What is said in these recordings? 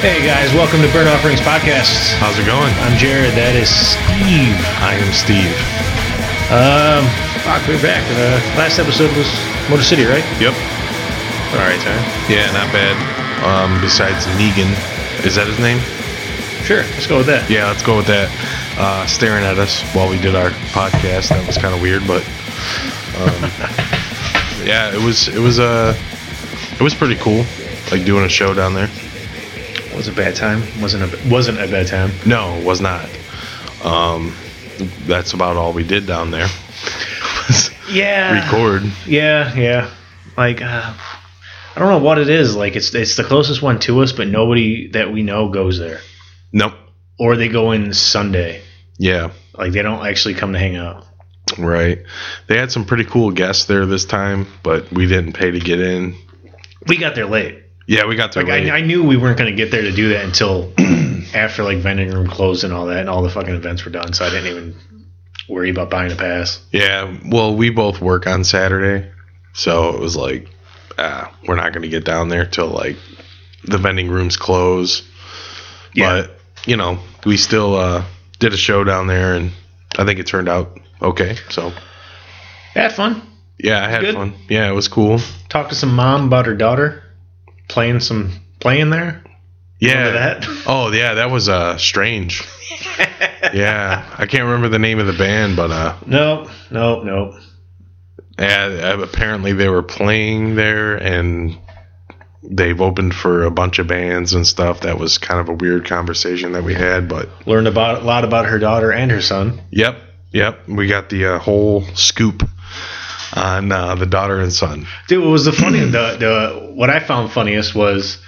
Hey guys, welcome to Burn Offerings Podcast. How's it going? I'm Jared. That is Steve. I am Steve. Um, fuck, we're back. Uh, last episode was Motor City, right? Yep. All right, time. Yeah, not bad. Um, besides Negan, is that his name? Sure, let's go with that. Yeah, let's go with that. Uh, staring at us while we did our podcast. That was kind of weird, but um, yeah, it was it was uh it was pretty cool. Like doing a show down there. It was a bad time. wasn't a wasn't a bad time. No, it was not. Um, that's about all we did down there. was Yeah. record. Yeah, yeah. Like, uh, I don't know what it is. Like, it's it's the closest one to us, but nobody that we know goes there, Nope. or they go in Sunday. Yeah. Like, they don't actually come to hang out. Right. They had some pretty cool guests there this time, but we didn't pay to get in. We got there late. Yeah, we got there. Like, late. I, I knew we weren't going to get there to do that until after like vending room closed and all that, and all the fucking events were done. So I didn't even worry about buying a pass. Yeah, well, we both work on Saturday, so it was like, ah, we're not gonna get down there till like the vending rooms close. Yeah, But you know, we still uh, did a show down there, and I think it turned out okay. So had fun. yeah, I had Good. fun. Yeah, it was cool. Talked to some mom about her daughter playing some playing there. Yeah. Remember that? Oh yeah, that was uh strange. yeah, I can't remember the name of the band, but uh, Nope, nope, nope. yeah, uh, apparently they were playing there and they've opened for a bunch of bands and stuff that was kind of a weird conversation that we had but Learned about a lot about her daughter and her son. yep yep we got the uh, whole scoop on uh, the daughter and son Dude, what was the funny? the the what I found funniest was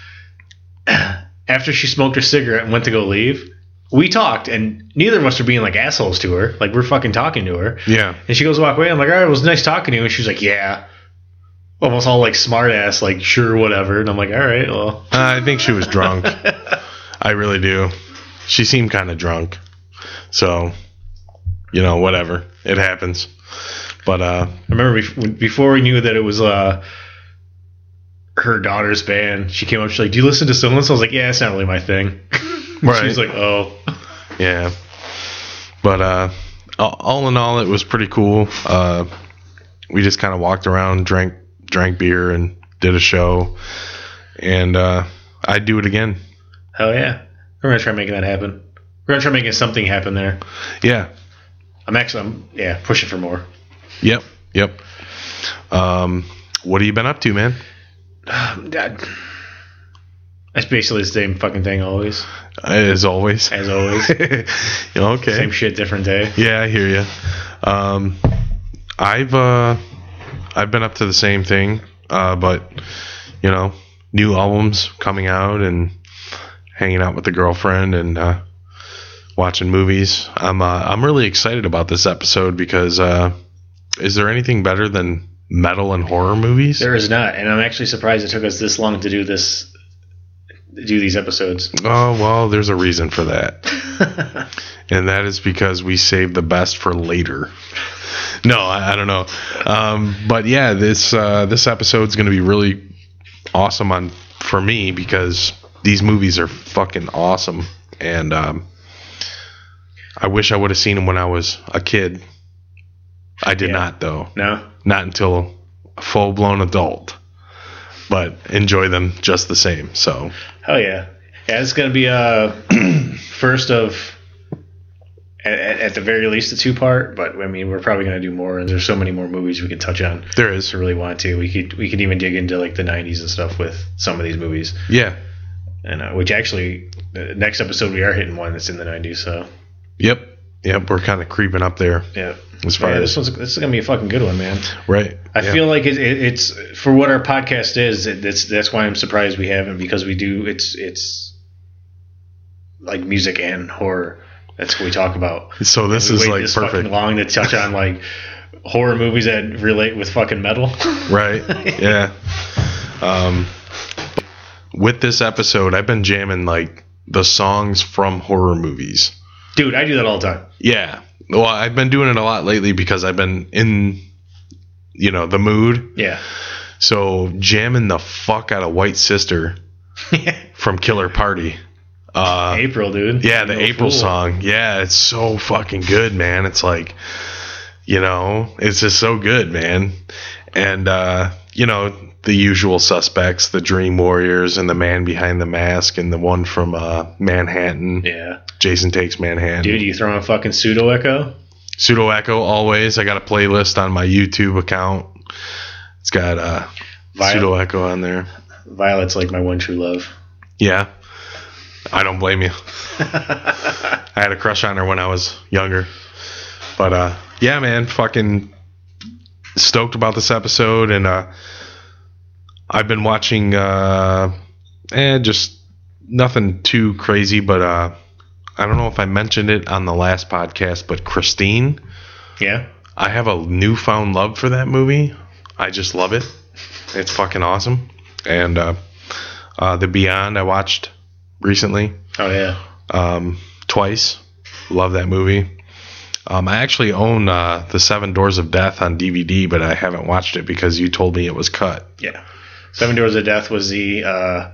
after she smoked her cigarette and went to go leave. We talked, and neither of us were being like assholes to her. Like we're fucking talking to her. yeah And she goes to walk away. I'm like, all right, it was nice talking to you. And she's like, yeah. Almost all like smart ass, like, sure, whatever. And I'm like, all right, well. uh, i think she was drunk i really do she seemed kind of drunk so you know whatever it happens but uh I remember bef- before we knew that it was uh, her daughter's band, she came up, she's like, do you listen to so and so? I was like, yeah, it's not really my thing. Right. She was like, oh. Yeah. But uh, all- all in all, it was pretty cool. Uh, we just kind of walked around, drank drank beer, and did a show. And uh, I'd do it again. Hell yeah. We're going to try making that happen. We're going to try making something happen there. Yeah. I'm actually, I'm, yeah, pushing for more. Yep. Yep. Um, what have you been up to, man? God. That's basically the same fucking thing always, As always. as always. okay. same shit, different day. Yeah, I hear you. Um, I've uh, I've been up to the same thing, uh, but you know, new albums coming out and hanging out with the girlfriend and uh, watching movies. I'm uh, I'm really excited about this episode because uh, is there anything better than metal and horror movies? There is not, and I'm actually surprised it took us this long to do this, to do these episodes. Oh well, there's a reason for that, and that is because we saved the best for later. No, I, I don't know, um, but yeah, this uh, this episode's gonna be really awesome on for me because these movies are fucking awesome, and um, I wish I would have seen them when I was a kid. I did Yeah. not though, No, not until a full blown adult, but enjoy them just the same. So hell yeah, yeah. It's gonna be a first of, at, at at the very least, a two part. But I mean, we're probably gonna do more, and there's so many more movies we could touch on. If there is, we really want to, we could we could even dig into like the '90s and stuff with some of these movies, yeah. and uh, which actually, the next episode we are hitting one that's in the '90s. So Yep. Yep. We're kind of creeping up there yeah. as far Yeah, this as one's this is gonna be a fucking good one, man. right. I Yeah. feel like it, it, it's for what our podcast is. It, that's that's why I'm surprised we haven't because we do. It's it's like music and horror. That's what we talk about. so. This We is wait like fucking perfect, long to touch on like horror movies that relate with fucking metal. right? yeah. Um, with this episode, I've been jamming like the songs from horror movies. Dude, I do that all the time. Yeah. Well, I've been doing it a lot lately because I've been in, you know, the mood. Yeah, So jamming the fuck out of White Sister from Killer Party. Uh, April, dude. yeah, the No April fool. song. Yeah, it's so fucking good, man. It's like, you know, it's just so good, man. And uh, you know, the usual suspects, the Dream Warriors, and the man behind the mask, and the one from uh, Manhattan, Yeah, Jason Takes Manhattan. dude, you throw in fucking pseudo echo. Pseudo Echo always. I got a playlist on my YouTube account. It's got uh, Violet. Pseudo Echo on there. Violet's like my one true love. Yeah, I don't blame you. I had a crush on her when I was younger. But uh yeah, man, fucking stoked about this episode and uh I've been watching uh eh just nothing too crazy, but uh I don't know if I mentioned it on the last podcast, but Christine, Yeah, I have a newfound love for that movie. I just love it. It's fucking awesome. And uh uh The Beyond I watched recently oh yeah, um, twice. Love that movie. Um, I actually own uh, The Seven Doors of Death on DVD, but I haven't watched it because you told me it was cut. yeah. Seven Doors of Death was the uh,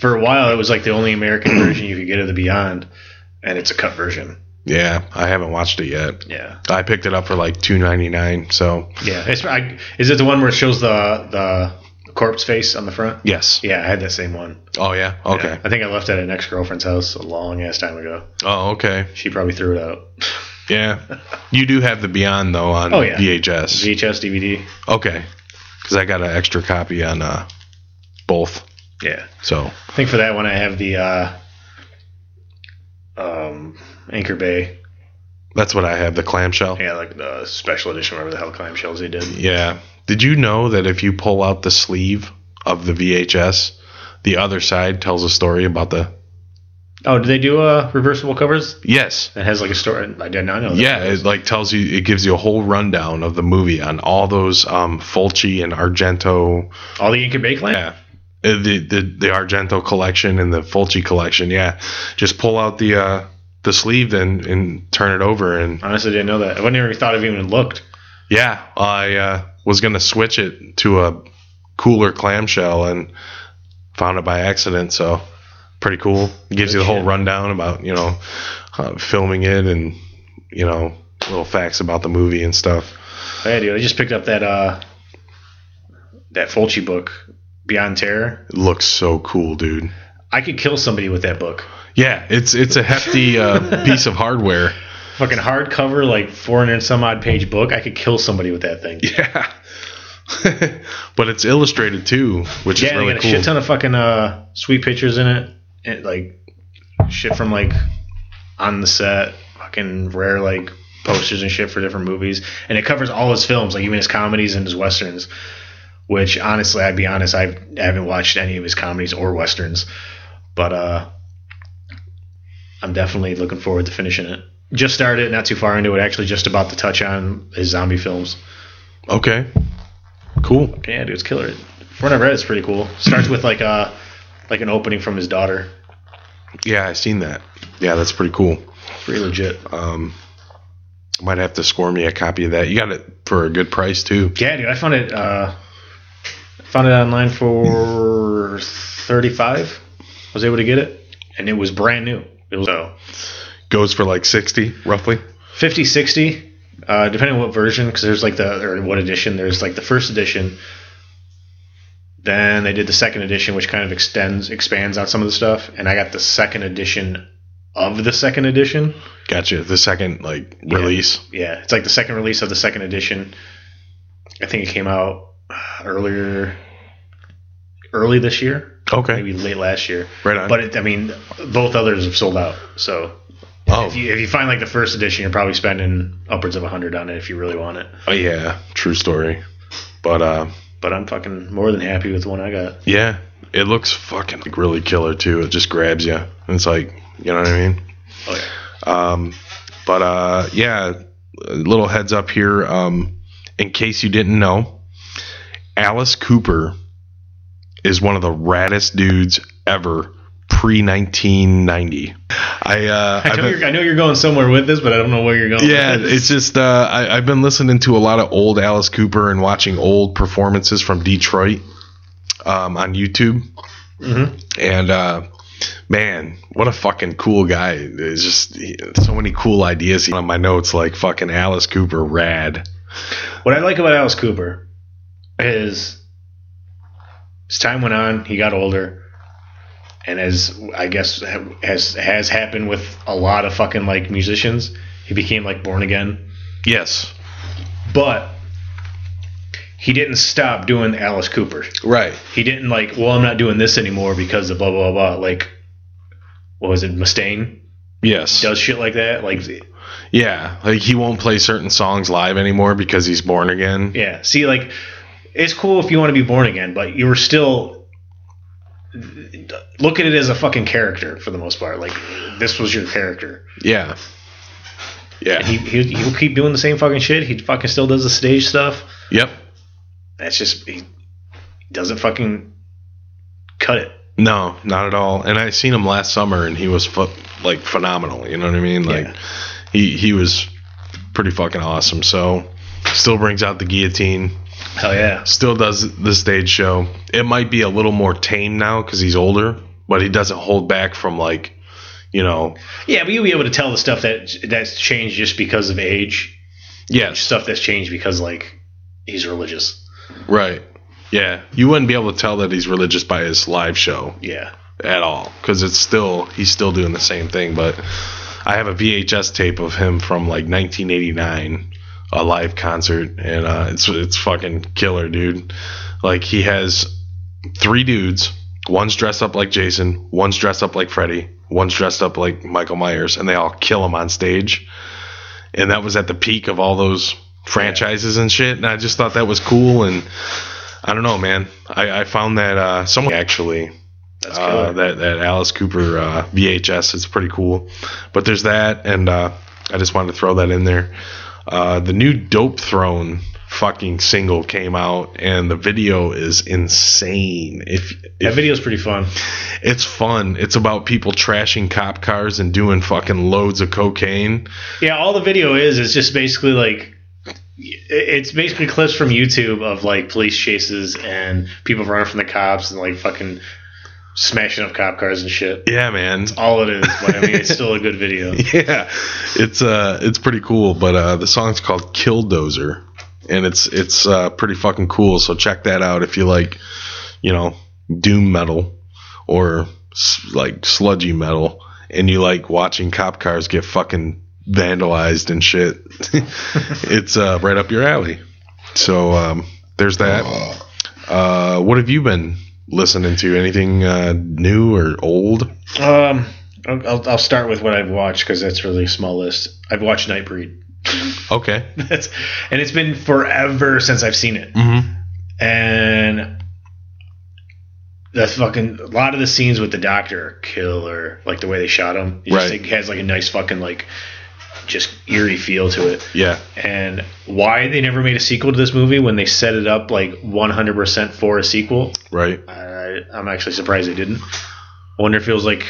for a while it was like the only American version you could get of the Beyond, and it's a cut version. Yeah, I haven't watched it yet. Yeah, I picked it up for like two ninety nine. So yeah. It's, I, is it the one where it shows the the corpse face on the front? yes. Yeah, I had that same one. Oh yeah. Okay. Yeah. I think I left it at an ex girlfriend's house a long ass time ago. Oh okay. She probably threw it out. Yeah. You do have the Beyond though on Oh, yeah. VHS. VHS, DVD. okay. Because I got an extra copy on uh, both. Yeah. So I think for that one I have the uh, um, Anchor Bay. that's what I have. The clamshell. Yeah, like the special edition, whatever the hell clamshells they did. Yeah. Did you know that if you pull out the sleeve of the VHS, the other side tells a story about the Oh, did they do uh, reversible covers? Yes. It has like a story. I did not know. That. Yeah, it like tells you it gives you a whole rundown of the movie on all those um Fulci and Argento All the Anchor Bay clan. yeah. Uh, The, the the Argento collection and the Fulci collection, yeah. Just pull out the uh the sleeve and and turn it over and Honestly, didn't know that. I wouldn't even thought of even looked. Yeah, I uh, was gonna switch it to a cooler clamshell and found it by accident. So pretty cool. It gives you the whole shit. rundown about you know uh, filming it and you know little facts about the movie and stuff. But yeah, dude, I just picked up that uh, that Fulci book, Beyond Terror. It looks so cool, dude. I could kill somebody with that book. Yeah, it's it's a hefty uh, piece of hardware. Fucking hardcover, like 400 and some odd page book. I could kill somebody with that thing. Yeah. but it's illustrated too, which Yeah, is and really they got cool. a shit ton of fucking uh, sweet pictures in it, and, like shit from like on the set, fucking rare like posters and shit for different movies, and it covers all his films, like even his comedies and his westerns. Which honestly, I'd be honest, I've, I haven't watched any of his comedies or westerns, but uh, I'm definitely looking forward to finishing it. Just started, not too far into it. Actually, just about to touch on his zombie films. okay. Cool. Yeah, dude, it's killer. From what I read, it's pretty cool. Starts with like a like an opening from his daughter. Yeah, I seen that. Yeah, that's pretty cool. It's pretty legit. Um, I might have to score me a copy of that. You got it for a good price too. Yeah, dude, I found it. Uh, found it online for thirty five. Was able to get it, and it was brand new. It was so Goes for like sixty, roughly. 50, 60, uh, depending on what version, because there's like the or what edition. There's like the first edition. Then they did the second edition, which kind of extends expands on some of the stuff, and I got the second edition of the second edition. Gotcha. The second like release. Yeah, it's like the second release of the second edition. I think it came out uh, earlier, early this year, Okay. maybe late last year. Right on. But it, I mean, both others have sold out. So oh, if you if you find like the first edition, you're probably spending upwards of a hundred on it if you really want it. oh, yeah. True story. But uh, But I'm fucking more than happy with the one I got. yeah, it looks fucking like really killer too. It just grabs you. It's like you know what I mean. Oh yeah, Um, but uh, yeah, a little heads up here. Um, in case you didn't know, Alice Cooper is one of the raddest dudes ever pre 1990. I, uh, I I've know, been- you're, I know you're going somewhere with this, but I don't know where you're going. yeah, with this. it's just uh, I, I've been listening to a lot of old Alice Cooper and watching old performances from Detroit um, on YouTube, Mhm. and uh, man, what a fucking cool guy. There's just he- so many cool ideas on my notes, like fucking Alice Cooper, rad. What I like about Alice Cooper is as time went on, he got older, and as I guess ha- has has happened with a lot of fucking like musicians, he became like born again. Yes. But he didn't stop doing Alice Cooper. Right. He didn't like, well, I'm not doing this anymore because of blah blah blah. Like, what was it, Mustaine Yes. does shit like that. Like, Yeah. Like he won't play certain songs live anymore because he's born again. Yeah. See, like, it's cool if you want to be born again, but you were still look at it as a fucking character for the most part. Like, this was your character. Yeah. Yeah. He he he'll keep doing the same fucking shit. He fucking still does the stage stuff. yep. That's just he doesn't fucking cut it. No, not at all. And I seen him last summer, and he was ph- like phenomenal. You know what I mean? Like Yeah. he he was pretty fucking awesome. So still brings out the guillotine. Hell yeah. Still does the stage show. It might be a little more tame now because he's older, but he doesn't hold back from like you know Yeah, but you'll be able to tell the stuff that that's changed just because of age. yes Stuff that's changed because like he's religious. right yeah you wouldn't be able to tell that he's religious by his live show Yeah. at all because it's still he's still doing the same thing but i have a vhs tape of him from like 1989 a live concert and uh, it's it's fucking killer dude like he has three dudes one's dressed up like jason one's dressed up like freddy one's dressed up like michael myers and they all kill him on stage and that was at the peak of all those franchises and shit and i just thought that was cool and i don't know man i, I found that uh, someone actually That's cool. uh, that that Alice Cooper uh, VHS. It's pretty cool. But there's that, and uh, I just wanted to throw that in there. Uh, the new Dope Throne fucking single came out, and the video is insane. If, that if video's pretty fun. it's fun, it's about people trashing cop cars and doing fucking loads of cocaine. Yeah, all the video is is just basically like it's basically clips from YouTube of like police chases and people running from the cops and like fucking smashing up cop cars and shit. Yeah, man. All it is, but I mean, it's still a good video. yeah, it's uh, it's pretty cool. But uh, the song's called Killdozer, and it's it's uh, pretty fucking cool. So check that out if you like, you know, doom metal or s- like sludgy metal, and you like watching cop cars get fucking vandalized and shit. it's uh, right up your alley. So um, there's that. Uh, what have you been listening to? Anything uh, new or old? Um, I'll, I'll- I'll start with what I've watched because that's really a small list. I've watched Nightbreed. Okay. That's and it's been forever since I've seen it. Mm-hmm. And the fucking a lot of the scenes with the doctor are killer, like the way they shot him. It just Right. like, has like a nice fucking like just eerie feel to it. Yeah. And why they never made a sequel to this movie when they set it up like 100% for a sequel, Right. I, I'm actually surprised they didn't. I wonder if it was like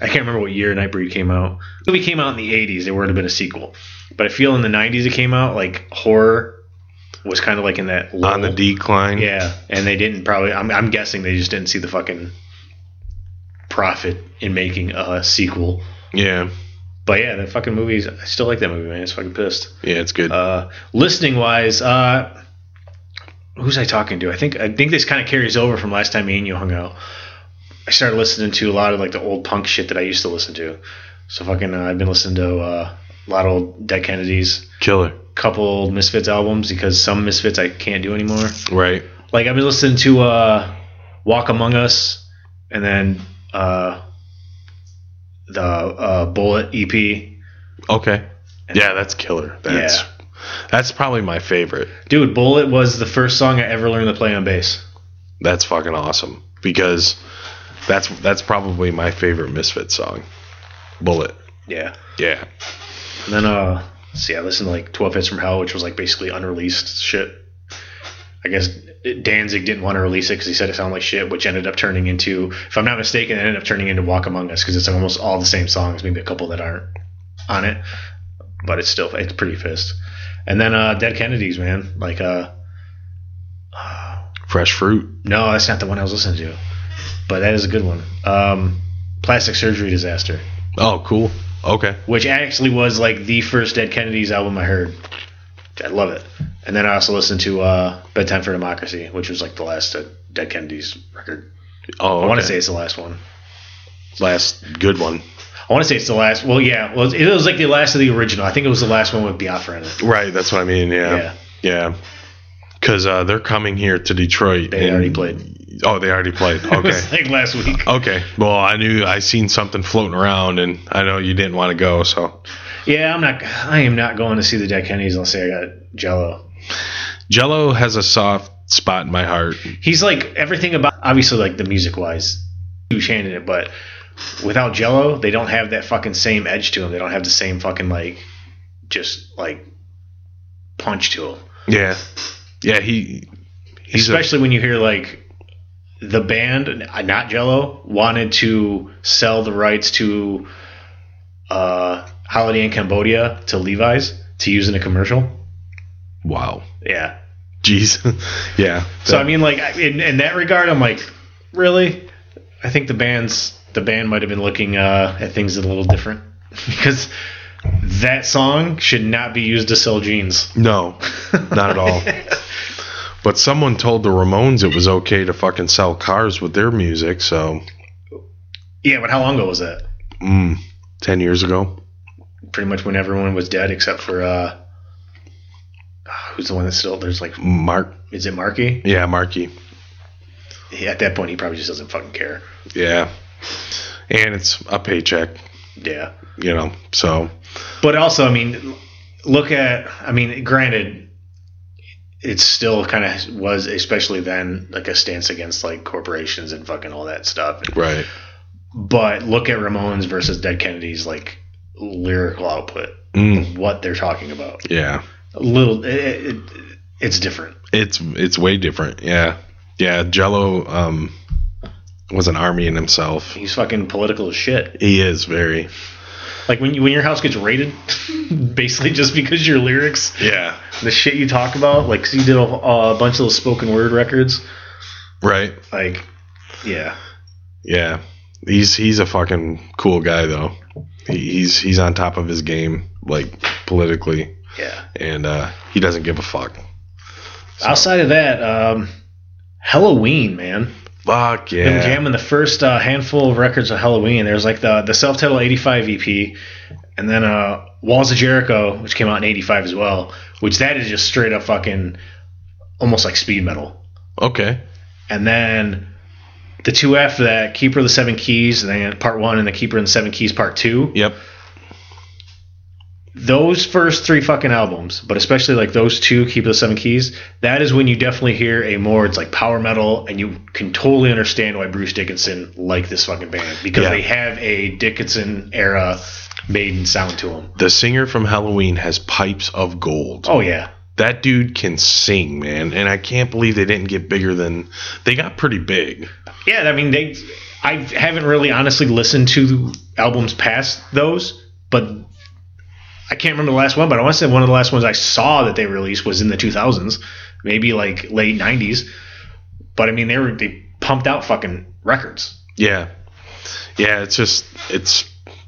I can't remember what year Nightbreed came out. The movie came out in the 80s. There would have been a sequel, but I feel in the 90s it came out like horror was kind of like in that on the lull. decline. Yeah, and they didn't probably. I'm, I'm guessing they just didn't see the fucking profit in making a sequel. yeah, But yeah, the fucking movies. I still like that movie, man. It's fucking pissed. yeah, it's good. Uh, listening wise, uh, who's I talking to? I think I think this kind of carries over from last time me and you hung out. I started listening to a lot of like the old punk shit that I used to listen to. So fucking, uh, I've been listening to uh, a lot of old Dead Kennedys, Killer, couple old Misfits albums because some Misfits I can't do anymore right? like I've been listening to uh, Walk Among Us, and then uh, the uh, Bullet EP. Okay. Yeah, that's killer. That's Yeah. that's probably my favorite. Dude, Bullet was the first song I ever learned to play on bass. That's fucking awesome because that's that's probably my favorite Misfit song. Bullet. Yeah. Yeah. And then uh, let's see, I listened to like Twelve Hits from Hell, which was like basically unreleased shit. I guess Danzig didn't want to release it because he said it sounded like shit, which ended up turning into, if I'm not mistaken, it ended up turning into Walk Among Us because it's almost all the same songs, maybe a couple that aren't on it, but it's still it's pretty fist. And then uh, Dead Kennedys, man, like uh, Fresh fruit. no, that's not the one I was listening to, but that is a good one. Um, Plastic Surgery Disaster, Oh, cool. Okay. which actually was like the first Dead Kennedys album I heard. I love it. And then I also listened to uh, Bedtime for Democracy, which was like the last uh, Dead Kennedys record. Oh, I want to say it's the last one. last good one. I want to say it's the last. Well, yeah, well, it was like the last of the original. I think it was the last one with Biafra in it. Right. That's what I mean. Yeah, Yeah. Yeah. Because uh, they're coming here to Detroit. they already played. Oh, they already played. It Okay. Oh. was like last week. okay. Well, I knew I seen something floating around, and I know you didn't want to go, so Yeah, I'm not. I am not going to see the Dead Kennedys unless I got Jello. Jello has a soft spot in my heart. He's like everything about obviously like the music wise, huge hand in it, but without Jello, they don't have that fucking same edge to him. They don't have the same fucking like just like punch to him. Yeah. Yeah. He. He's a, Especially when you hear like the band, not Jello, wanted to sell the rights to uh, Holiday in Cambodia to Levi's to use in a commercial. wow. Yeah, Jeez. yeah. So I mean, like I- in, in that regard, I'm like, really? I think the band's the band might have been looking uh, at things a little different because that song should not be used to sell jeans. no, not at all. But someone told the Ramones it was okay to fucking sell cars with their music, so Yeah, but how long ago was that? mm, 10 years ago. Pretty much when everyone was dead except for uh, who's the one that's still there's like Mark. is it Marky? Yeah, Marky. Yeah, at that point, he probably just doesn't fucking care. Yeah. And it's a paycheck, Yeah. you know, so. But also, I mean, look at, I mean, granted, it still kind of was, especially then, like a stance against like corporations and fucking all that stuff. Right. But look at Ramones versus Dead Kennedys, like lyrical output, Mm, what they're talking about. yeah. A little, it, it, it- it's different. It's it's way different. Yeah. Yeah. Jello um, was an army in himself. He's fucking political as shit. He is very. Like when you, when your house gets raided, basically just because your lyrics, Yeah. the shit you talk about, like 'cause he did a, a bunch of those spoken word records, Right. like, yeah. Yeah. He's he's a fucking cool guy though. He, he's he's on top of his game like politically Yeah. and uh, he doesn't give a fuck. Outside of that, um, Halloween, man. Fuck Them yeah. jamming the first uh, handful of records of Halloween. There's like the the self titled '85 EP, and then uh, Walls of Jericho, which came out in '85 as well. Which that is just straight up fucking almost like speed metal. Okay. And then the two after that, Keeper of the Seven Keys, and then Part One, and the Keeper and the Seven Keys Part Two. Yep. those first three fucking albums, but especially like those two, Keep the Seven Keys, that is when you definitely hear a more it's like power metal, and you can totally understand why Bruce Dickinson liked this fucking band because Yeah. they have a Dickinson era Maiden sound to them. The singer from Halloween has pipes of gold. Oh yeah, That dude can sing, man, and I can't believe they didn't get bigger than they got pretty big. yeah. I mean, they. I haven't really honestly listened to albums past those, but I can't remember the last one. But I want to say one of the last ones I saw that they released was in the 2000s, maybe like late 90s. But I mean, they were they pumped out fucking records. Yeah, yeah. It's just it's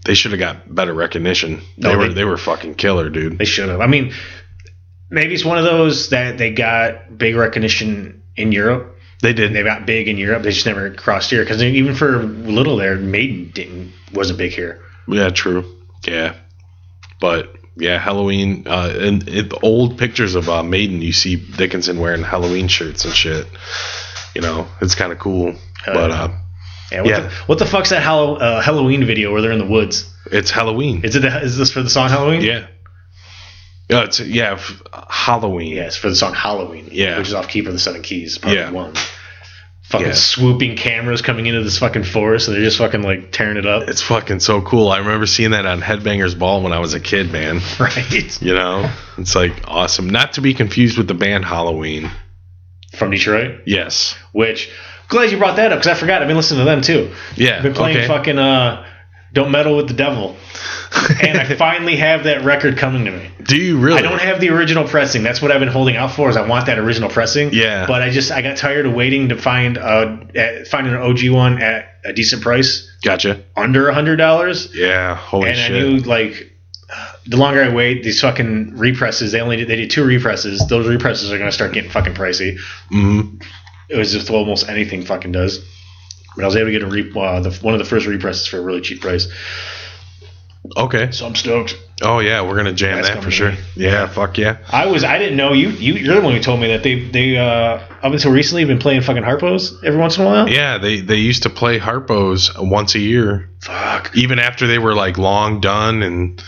they should have got better recognition. No, they were they- they, were fucking killer, dude. They should have. I mean, maybe it's one of those that they got big recognition in Europe. They And they did. got big in Europe. They just never crossed here because even for little there, Maiden didn't wasn't big here. Yeah, true. Yeah, but yeah, Halloween. Uh, and it, old pictures of uh, Maiden, you see Dickinson wearing Halloween shirts and shit. You know, it's kind of cool. Hell but yeah. uh, Yeah. What, Yeah. The, what the fuck's that Hallow, uh, Halloween video where they're in the woods? it's Halloween. Is it? The, is this for the song Halloween? yeah. Yeah, it's yeah, f- Halloween. Yeah, it's for the song Halloween. Yeah. Which is off Keeper of the Seven Keys, part Yeah. one. Fucking Yeah. swooping cameras coming into this fucking forest, and they're just fucking like tearing it up. It's fucking so cool. I remember seeing that on Headbangers Ball when I was a kid, man. right You know, it's like awesome. Not to be confused with the band Halloween. from Detroit. Yes. Which glad you brought that up because I forgot. I've been listening to them too. Yeah. I've been playing okay. fucking uh Don't meddle with the devil. And I finally have that record coming to me. Do you really? I don't have the original pressing. That's what I've been holding out for. Is I want that original pressing. Yeah. But I just I got tired of waiting to find a at, find an OG one at a decent price gotcha. under a hundred dollars. Yeah. Holy And shit. I knew like the longer I wait, these fucking represses. They only did, they did two represses. Those represses are gonna start getting fucking pricey. Mhm. It was just almost anything fucking does. But I was able to get a re- uh, the, one of the first represses for a really cheap price. Okay. So I'm stoked. Oh yeah, we're gonna jam That's that coming for to sure. me. Yeah. Fuck yeah. I was I didn't know you you you're the one who told me that they they uh up until recently have been playing fucking harpos every once in a while. Yeah. They they used to play harpos once a year, Fuck. even after they were like long done and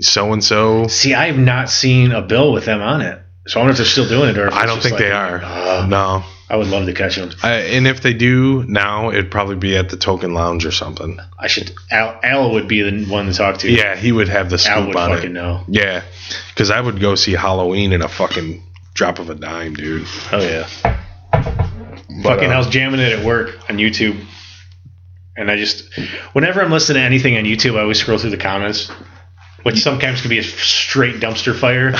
so and so. See, I have not seen a bill with them on it. So I wonder if they're still doing it or if I it's don't just think like- they are. Uh, no. I would love to catch them. I, and if they do now, it'd probably be at the Token Lounge or something. I should Al, Al would be the one to talk to. Yeah, he would have the Al scoop would on fucking it. know. Yeah, because I would go see Halloween in a fucking drop of a dime, dude. Oh yeah. But, fucking uh, I was jamming it at work on YouTube. And I just whenever I'm listening to anything on YouTube, I always scroll through the comments. Which sometimes can be a straight dumpster fire,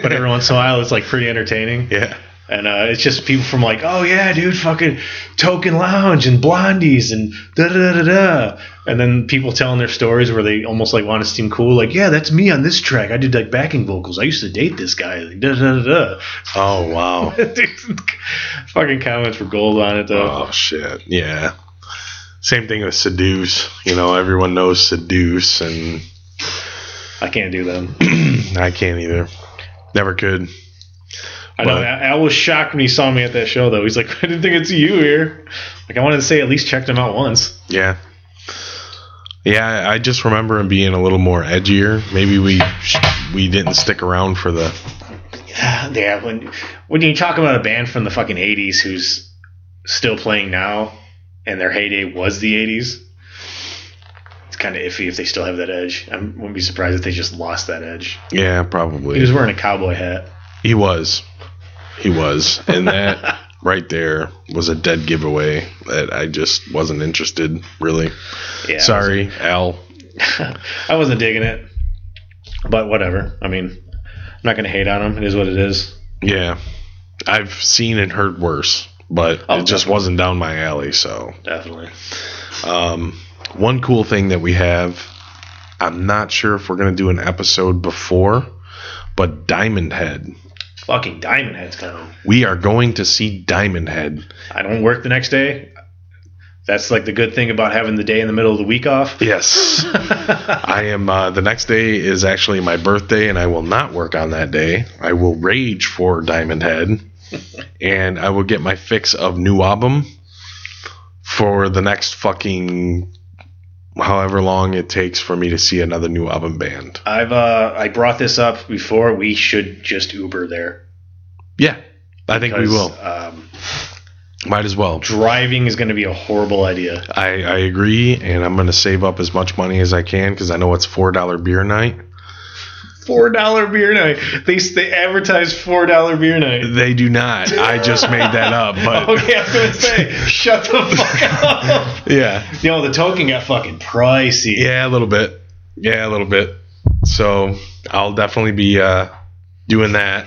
but every once in a while it's like pretty entertaining. yeah, And uh, it's just people from like, oh yeah, dude, fucking Token Lounge and Blondies and da da da da. da. And then people telling their stories where they almost like want to seem cool, like, yeah, that's me on this track. I did like backing vocals. I used to date this guy. Like, da da da oh wow, da. Dude, fucking comments were gold on it though. oh shit, yeah. Same thing with seduce. You know, everyone knows seduce, and I can't do them. I can't either. Never could. I know. But- Al Al was shocked when he saw me at that show though. He's like, I didn't think it's you here. Like I wanted to say at least checked him out once. Yeah. Yeah, I- I just remember him being a little more edgier. Maybe we we didn't stick around for the yeah, when when you talk about a band from the fucking '80s who's still playing now, and their heyday was the '80s, it's kind of iffy if they still have that edge. I wouldn't be surprised if they just lost that edge. yeah He probably was wearing a cowboy hat. He was. He was. And that right there was a dead giveaway that I just wasn't interested, really. Yeah, Sorry, Al. I wasn't digging it, but whatever. I mean, I'm not gonna hate on him. It is what it is. Yeah. I've seen and heard worse, but Oh, it just definitely. wasn't down my alley. So, Definitely. um, one cool thing that we have, I'm not sure if we're going to do an episode before, but Diamond Head. Fucking Diamond Head's coming. We are going to see Diamond Head. I don't work the next day. That's like the good thing about having the day in the middle of the week off. Yes. I am. Uh, the next day is actually my birthday, and I will not work on that day. I will rage for Diamond Head, and I will get my fix of new album for the next fucking however long it takes for me to see another new album band. I've uh, I brought this up before. We should just Uber there. Yeah, I think we will. Um, Might as well. driving is going to be a horrible idea. I, I agree, and I'm gonna save up as much money as I can because I know it's four dollar beer night. Four dollar beer night. They they advertise four dollar beer night. They do not. I just made that up, but Okay, I was going to say, shut the fuck up. yeah. You know the token got fucking pricey. Yeah, a little bit. Yeah, a little bit. So I'll definitely be uh, doing that.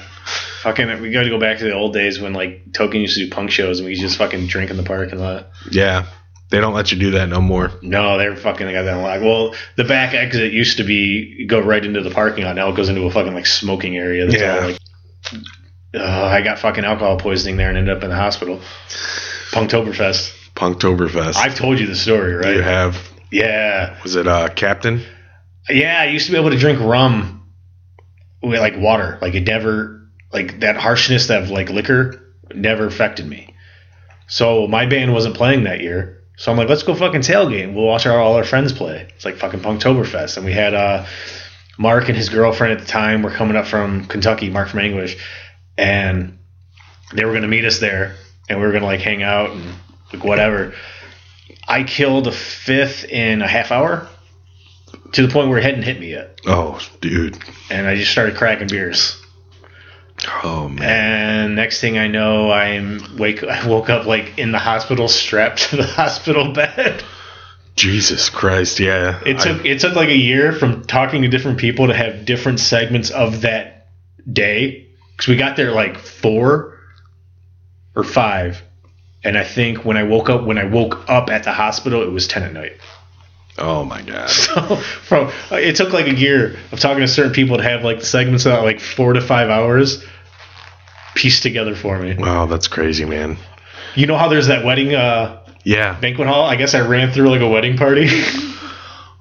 Fucking, we got to go back to the old days when like token used to do punk shows and we could just fucking drink in the parking lot. Yeah, they don't let you do that no more. No, they're fucking they got that locked. Well, the back exit used to be you go right into the parking lot. Now it goes into a fucking like smoking area. That's Yeah. all, like, Ugh, I got fucking alcohol poisoning there and ended up in the hospital. Punktoberfest. Punktoberfest. I've told you the story, right? You have Yeah. was it uh, Captain? Yeah, I used to be able to drink rum with like water. Like it never like that harshness of like liquor never affected me. So my band wasn't playing that year. So I'm like, let's go fucking tailgate. and We'll watch our, all our friends play. It's like fucking Punktoberfest. And we had uh, Mark and his girlfriend at the time were coming up from Kentucky, Mark from English, and they were gonna meet us there and we were gonna like hang out and like whatever. I killed a fifth in a half hour to the point where it hadn't hit me yet. Oh, dude. And I just started cracking beers. Oh man. And next thing I know, I'm wake. I woke up like in the hospital, strapped to the hospital bed. Jesus Christ, yeah. It I- took it took like a year from talking to different people to have different segments of that day because we got there at, like four or five, and I think when I woke up when I woke up at the hospital it was ten at night. oh my god. So from it took like a year of talking to certain people to have like the segments that like four to five hours pieced together for me. Wow, that's crazy, man. You know how there's that wedding uh, Yeah. banquet hall? I guess I ran through like a wedding party.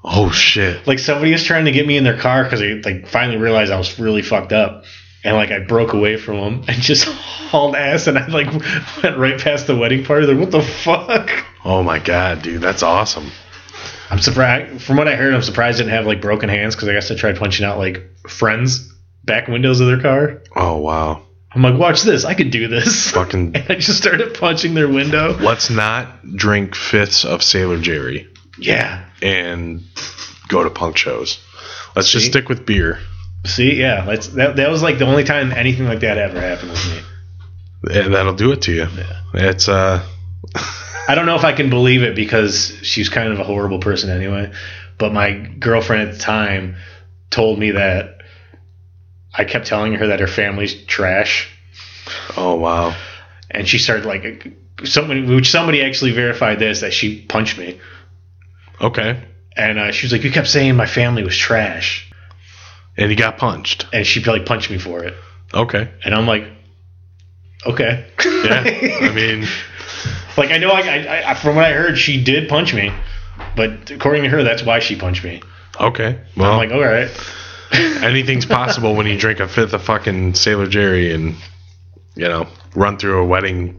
Oh shit. like somebody was trying to get me in their car because they like finally realized I was really fucked up, and like I broke away from them and just hauled ass, and I like went right past the wedding party. Like what the fuck? Oh my god, dude, that's awesome. I'm surprised. From what I heard, I'm surprised I didn't have like broken hands because I guess I tried punching out like friends back windows of their car. Oh wow. I'm like, watch this, I could do this. Fucking And I just started punching their window. let's not drink fifths of Sailor Jerry Yeah. and go to punk shows. Let's just See? stick with beer. See, yeah, that's that, that was like the only time anything like that ever happened with me. And that'll do it to you. It's uh I don't know if I can believe it because she's kind of a horrible person anyway. But my girlfriend at the time told me that I kept telling her that her family's trash, oh wow. and she started like somebody, which somebody actually verified this that she punched me, Okay. and uh, she was like, "You kept saying my family was trash," And he got punched. and she like punched me for it, Okay. and I'm like, "Okay." Yeah. I mean, Like I know, I, I, I from what I heard, she did punch me, but according to her, that's why she punched me. okay. I'm Well, like, all right, anything's possible when you drink a fifth of fucking Sailor Jerry and you know run through a wedding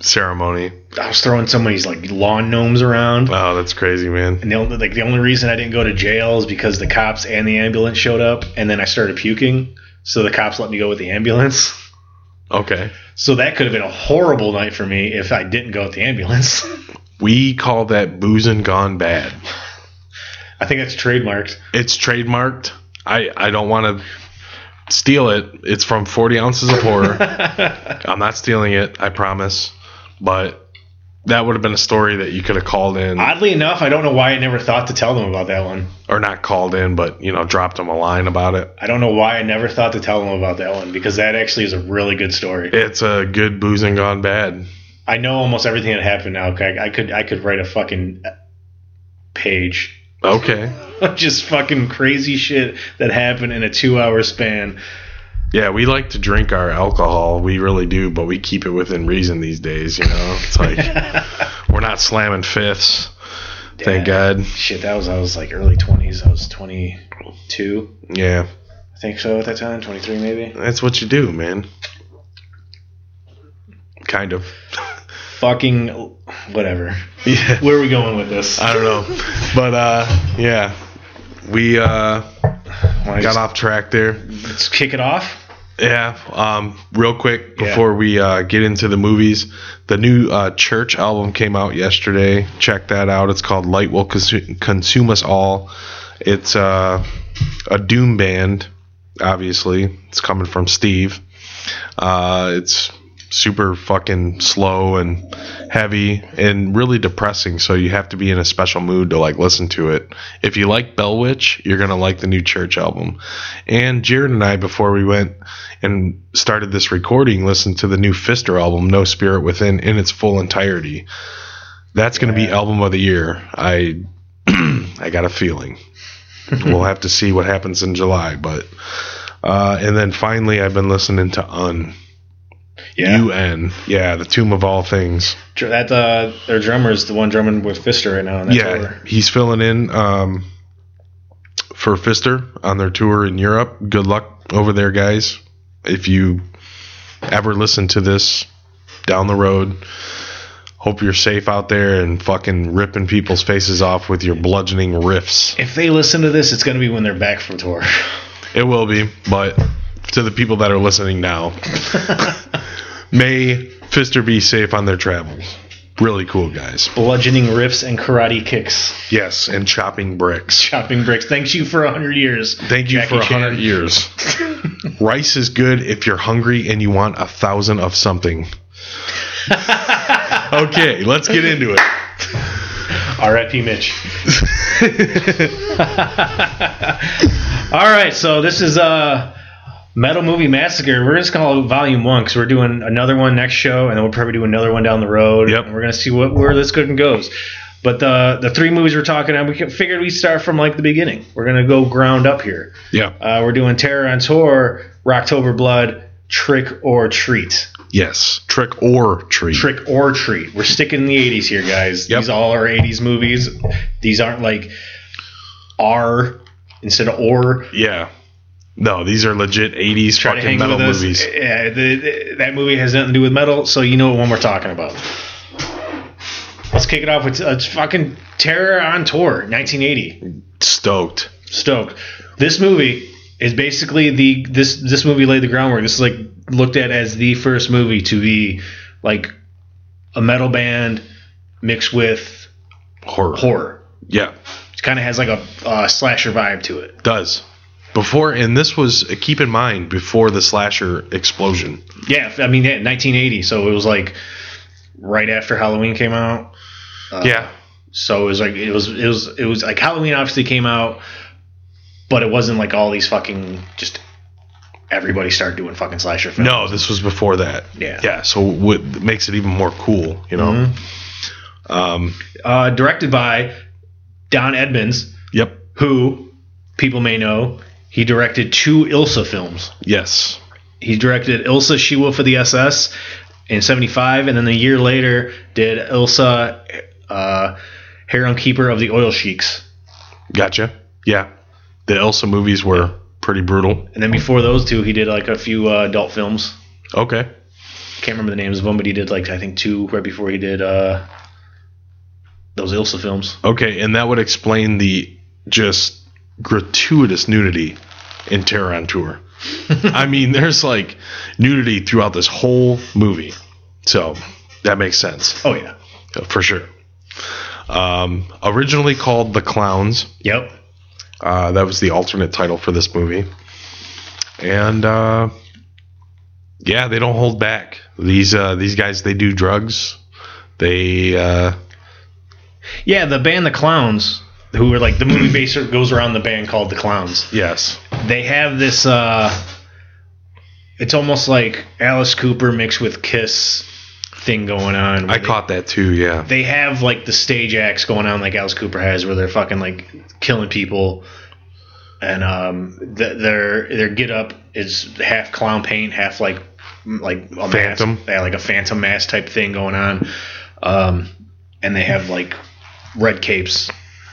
ceremony. I was throwing somebody's like lawn gnomes around. Wow, that's crazy, man. And the only, like the only reason I didn't go to jail is because the cops and the ambulance showed up, and then I started puking, so the cops let me go with the ambulance. Okay. So that could have been a horrible night for me if I didn't go with the ambulance. We call that boozing gone bad. I think that's trademarked. It's trademarked. I, I don't want to steal it. It's from 40 Ounces of Horror. I'm not stealing it, I promise. But that would have been a story that you could have called in, Oddly enough, I don't know why I never thought to tell them about that one. or not called in, but, you know, dropped them a line about it. I don't know why I never thought to tell them about that one because that actually is a really good story. It's a good boozing gone bad. I know almost everything that happened now. Okay, I could I could write a fucking uh, page. Okay. just fucking crazy shit that happened in a two hour span. Yeah, we like to drink our alcohol. We really do, but we keep it within reason these days, you know? It's like we're not slamming fifths. Thank God. Shit, that was I was like early twenties. I was twenty two, Yeah. I think so at that time, twenty three maybe. That's what you do, man. Kind of. Fucking whatever. Yeah. Where are we going with this? I don't know. But uh yeah. We uh Wanna got just, off track there. let's kick it off. Yeah. Um real quick Yeah. before we uh get into the movies, the new uh Church album came out yesterday. Check that out. It's called Light Will Consu- Consume Us All. It's uh a doom band, obviously. It's coming from Steve. Uh, it's super fucking slow and heavy and really depressing. So you have to be in a special mood to like listen to it. If you like Bellwitch, you're gonna like the new Church album. And Jared and I, before we went and started this recording, listened to the new Fister album, No Spirit Within, in its full entirety. That's gonna be album of the year. I I got a feeling. we'll have to see what happens in July, but uh, and then finally, I've been listening to Un. Yeah, UN. Yeah, the tomb of all things. Dr- that uh, their drummer is the one drumming with Fister right now. And that's yeah, over. he's filling in um, for Fister on their tour in Europe. Good luck over there, guys. If you ever listen to this down the road, hope you're safe out there and fucking ripping people's faces off with your bludgeoning riffs. If they listen to this, it's gonna be when they're back from tour. It will be, but to the people that are listening now, may Fister be safe on their travels. Really cool guys. Bludgeoning riffs and karate kicks, Yes, and chopping bricks. chopping bricks. Thanks you for hundred years. Thank you Jackie for a Chan. 100 years. Rice is good if you're hungry and you want a thousand of something. okay, let's get into it. R.I.P. Mitch. All right, so this is uh, Metal Movie Massacre. We're just gonna call it Volume One because we're doing another one next show, and then we'll probably do another one down the road. Yep. And we're gonna see what where this good and goes. But the the three movies we're talking about, we can- figured we start from like the beginning. We're gonna go ground up here. Yeah. Uh, we're doing Terror on Tour, Rocktober Blood, Trick or Treat. Yes. Trick or treat. Trick or Treat. We're sticking in the 80s here, guys. Yep. These all are 80s movies. These aren't like R instead of or. Yeah. No, these are legit 80s Try to hang fucking metal with us. movies. Yeah, the, the- that movie has nothing to do with metal, so you know what one we're talking about. Let's kick it off with uh, it's fucking Terror on Tour, 1980. Stoked. stoked. This movie is basically the this this movie laid the groundwork. This is like looked at as the first movie to be like a metal band mixed with Horror. horror. Yeah. It kind of has like a uh, slasher vibe to it. Does. Before, and this was, uh, keep in mind, before the slasher explosion. Yeah, I mean, yeah, 1980, so it was like right after Halloween came out. Uh, yeah. So it was like it was it was it was like Halloween obviously came out, but it wasn't like all these fucking just everybody started doing fucking slasher films. No, this was before that. Yeah. Mm-hmm. Yeah. So what makes it even more cool, you know? Um, uh, directed by Don Edmonds, yep. who people may know. He directed two Ilsa films. Yes. He directed Ilsa She Wolf of the SS in 75, and then a year later did Ilsa uh, Harem Keeper of the Oil Sheiks. Gotcha. Yeah. The Elsa movies were pretty brutal. And then before those two, he did like a few uh, adult films. Okay. Can't remember the names of them, but he did like, I think, two right before he did uh, those Ilsa films. Okay. And that would explain the just gratuitous nudity in Terror on Tour. I mean, there's like nudity throughout this whole movie. So that makes sense Oh, yeah. for sure. Um, originally called The Clowns. Yep. Uh, that was the alternate title for this movie. And uh, yeah, they don't hold back. These uh, these guys they do drugs. They uh, Yeah, the band The Clowns, who were like the movie base goes around the band called The Clowns. yes, They have this uh it's almost like Alice Cooper mixed with Kiss thing going on. where I they, caught that too. Yeah, they have like the stage acts going on like Alice Cooper has where they're fucking like killing people and um th- their their get up is half clown paint, half like like a Phantom. mask, yeah, like a phantom mask type thing going on. Um and they have like red capes,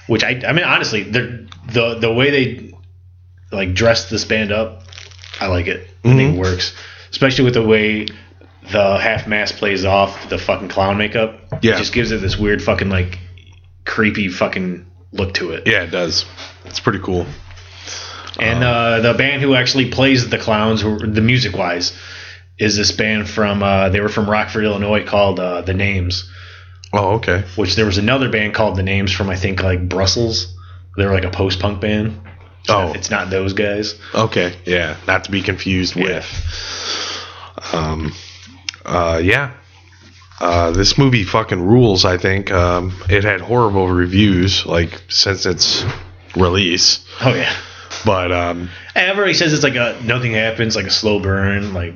which I I mean honestly, they're the the way they like dress this band up, I like it. I think it works, especially with the way the half mask plays off the fucking clown makeup. Yeah. it just gives it this weird fucking like creepy fucking look to it. yeah, it does. It's pretty cool. And uh, the band who actually plays the clowns, who, the music wise, is this band from uh, they were from Rockford, Illinois, called uh, the Names. Oh, okay. Which there was another band called the Names from I think like Brussels. They were like a post punk band. It's not- Oh. it's not those guys. Okay, yeah, not to be confused with. Um, uh, yeah, uh, this movie fucking rules. I think um, it had horrible reviews like since its release, Oh yeah. but um, And Everybody says it's like a nothing happens, like a slow burn, like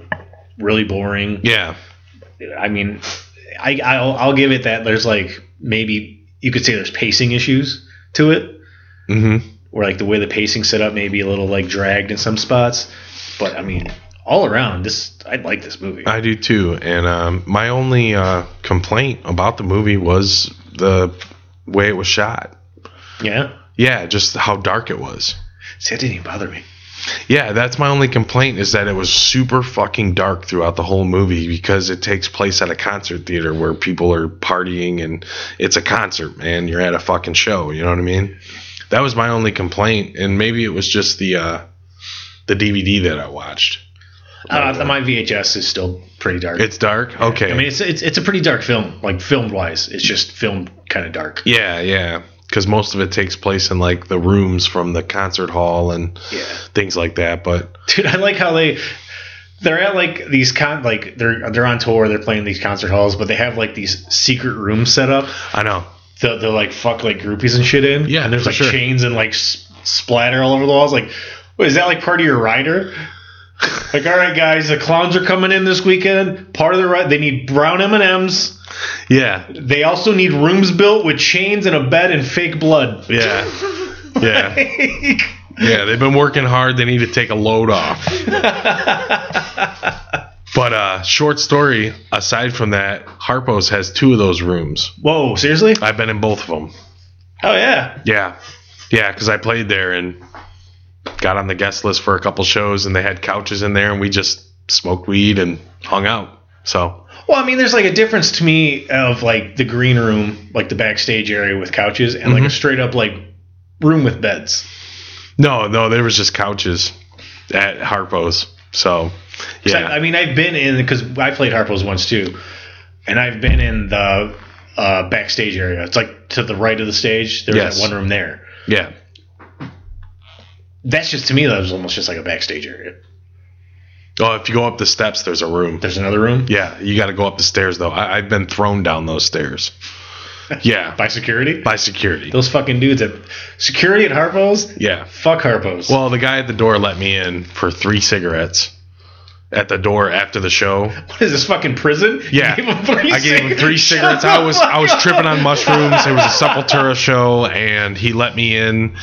really boring. yeah, I mean, I I'll, I'll give it that. There's like maybe you could say there's pacing issues to it, mm-hmm. where like the way the pacing set up may be a little like dragged in some spots. But I mean, all around, this I like this movie. I do too. And um, my only uh, complaint about the movie was the way it was shot. yeah. Yeah, just how dark it was. See, that didn't even bother me. Yeah, that's my only complaint is that it was super fucking dark throughout the whole movie because it takes place at a concert theater where people are partying and it's a concert, man. You're at a fucking show, you know what I mean? That was my only complaint, and maybe it was just the uh, the DVD that I watched. Uh, my VHS is still pretty dark. It's dark. Okay. I mean, it's, it's it's a pretty dark film, like filmed wise. It's just filmed kind of dark. yeah, yeah, because most of it takes place in like the rooms from the concert hall and Yeah. things like that. But dude i like how they they're at like these con like they're they're on tour they're playing these concert halls but they have like these secret rooms set up I know the the like fuck like groupies and shit in. Yeah, and there's for like sure. chains and like s- splatter all over the walls. Like, wait, is that like part of your rider? Like, all right, guys, the clowns are coming in this weekend. Part of the ride, they need brown M and M's. Yeah, They also need rooms built with chains and a bed and fake blood. yeah, yeah, yeah. They've been working hard. They need to take a load off. But uh, short story. Aside from that, Harpo's has two of those rooms. Whoa, seriously? I've been in both of them. Oh yeah. Yeah, yeah, because I played there and got on the guest list for a couple shows, and they had couches in there, and we just smoked weed and hung out. So Well, I mean, there's like a difference to me of like the green room, like the backstage area with couches, and Mm-hmm. like a straight up like room with beds. no, no, there was just couches at Harpo's. So 'Cause yeah, I, I mean, I've been in because I played Harpo's once too, and I've been in the uh, backstage area. It's like to the right of the stage. There's Yes. that one room there. yeah, That's just to me. That was almost just like a backstage area. Oh, if you go up the steps, there's a room. There's another room Yeah, you got to go up the stairs though. I, I've been thrown down those stairs. Yeah, by, by security. security. Those fucking dudes at security at Harpo's. Yeah. Fuck Harpo's. Well, the guy at the door let me in for three cigarettes at the door after the show. what is this fucking prison? You Yeah, gave him three I gave him cig- three cigarettes. I was I was tripping on mushrooms. It was a Sepultura show, and he let me in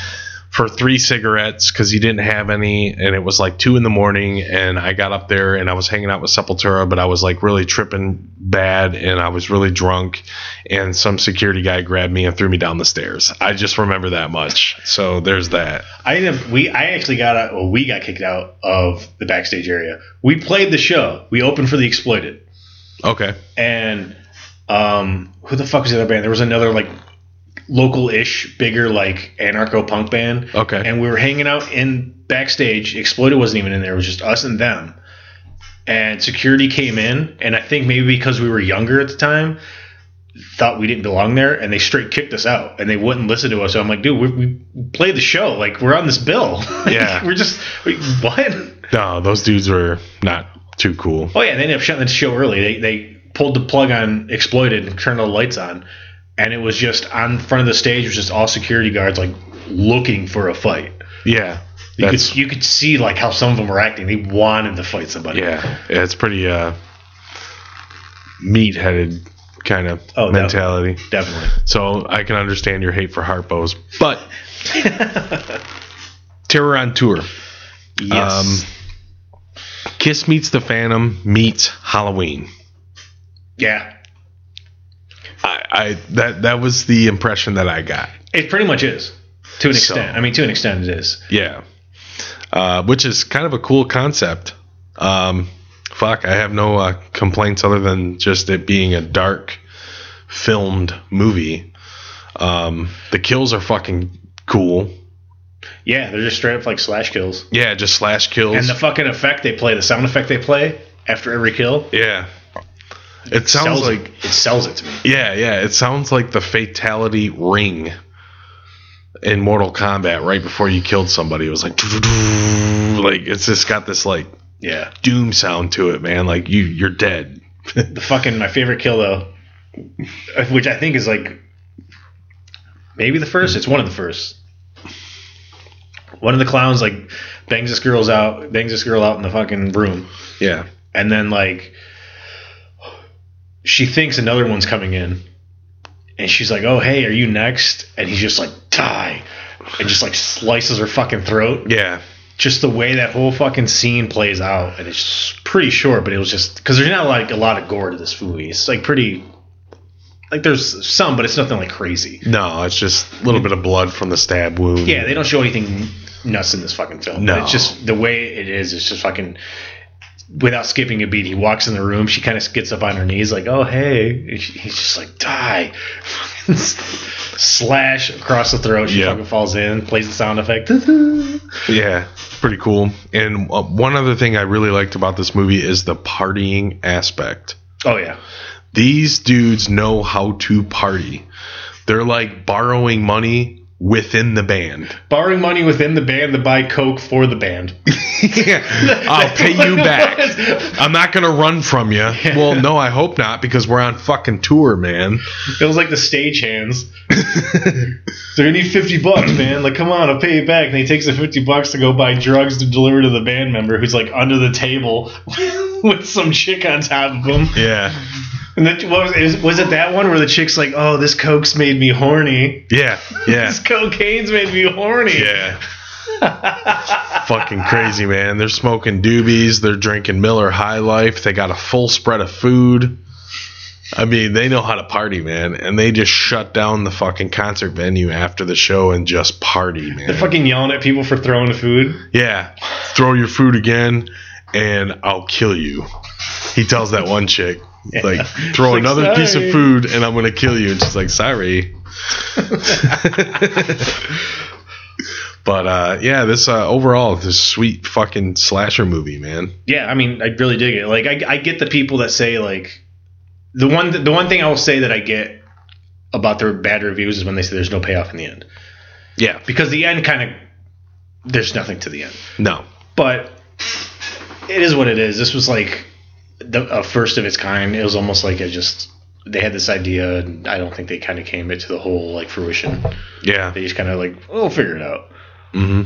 for three cigarettes because he didn't have any, and it was like two in the morning. And I got up there and I was hanging out with Sepultura, but I was like really tripping bad, and I was really drunk. And some security guy grabbed me and threw me down the stairs. I just remember that much. So there's that. I ended up, we I actually got out. Well, we got kicked out of the backstage area. We played the show. We opened for the Exploited. Okay. and um, who the fuck was the other band? There was another like local-ish, bigger like anarcho punk band. Okay. And we were hanging out in backstage. Exploited wasn't even in there. It was just us and them. And security came in, and I think maybe because we were younger at the time, thought we didn't belong there, and they straight kicked us out, and they wouldn't listen to us. So I'm like, dude, we, we played the show. Like we're on this bill. Like, Yeah. We're just we, what? No, those dudes were not too cool. Oh yeah, they ended up shutting the show early. They they pulled the plug on Exploited and turned all the lights on, and it was just on front of the stage was just all security guards like looking for a fight. Yeah. You That's- could you could see like how some of them were acting. They wanted to fight somebody. Yeah, yeah, it's pretty uh, meat-headed kind of Oh, no. mentality. definitely. So I can understand your hate for Harpo's, but Terror on Tour, Yes. Um, Kiss meets the Phantom meets Halloween. yeah. I, I that that was the impression that I got. It pretty much is to an So- extent. I mean, to an extent, it is. Yeah, uh, which is kind of a cool concept. Um, fuck, I have no uh, complaints other than just it being a dark filmed movie. Um, the kills are fucking cool. Yeah, they're just straight up like slash kills, Yeah, just slash kills. and the fucking effect they play, the sound effect they play after every kill, yeah, it sounds sells like it. it sells it to me. yeah, yeah. It sounds like the fatality ring in Mortal Kombat right before you killed somebody. It was like like it's just got this like Yeah. doom sound to it, man. Like you you're dead. the fucking my favorite kill though, which I think is like maybe the first. It's one of the first. One of the clowns like bangs this girl's out, bangs this girl out in the fucking room, Yeah. and then like she thinks another one's coming in, and she's like, "Oh hey, are you next?" And he's just like, "Die," and just like slices her fucking throat. Yeah. Just the way that whole fucking scene plays out, and it's pretty short, but it was just because there's not like a lot of gore to this movie. It's like pretty, like there's some, but it's nothing like crazy. No, it's just a little bit of blood from the stab wound. Yeah, they don't show anything nuts in this fucking film. No. It's just the way it is. It's just fucking. Without skipping a beat, he walks in the room. She kind of gets up on her knees, like, "Oh hey," and she- he's just like, "Die!" Slash across the throat. She Yeah. fucking falls in. Plays the sound effect. Yeah. Pretty cool. And uh, one other thing I really liked about this movie is the partying aspect. oh yeah, These dudes know how to party. They're like borrowing money within the band. Borrowing money within the band to buy coke for the band. Yeah. I'll pay you back. I'm not gonna run from you. Well, no, I hope not because we're on fucking tour, man. It was like the stagehands. so you need fifty bucks, man. Like, come on, I'll pay you back. And he takes the fifty bucks to go buy drugs to deliver to the band member who's like under the table with some chick on top of him. Yeah, And that what was, is- was it that one where the chick's like, "Oh, this coke's made me horny. yeah, yeah, This cocaine's made me horny." yeah. fucking crazy, man. They're smoking doobies. They're drinking Miller High Life. They got a full spread of food. I mean, they know how to party, man. And they just shut down the fucking concert venue after the show and just party, man. They're fucking yelling at people for throwing food. Yeah, throw your food again, and I'll kill you. He tells that one chick, like, throw She's like, another piece of "Sorry." food, and I'm gonna kill you. And she's like, sorry. but uh, yeah, this uh, overall, this sweet fucking slasher movie, man. Yeah, I mean, I really dig it. Like, I, I get the people that say like the one the one thing I will say that I get about their bad reviews is when they say there's no payoff in the end Yeah, because the end kind of there's nothing to the end. no, But it is what it is. This was like the a first of its kind. It was almost like it just they had this idea, and I don't think they kind of came it to the whole like fruition. yeah, They just kind of like we'll figure it out. hmm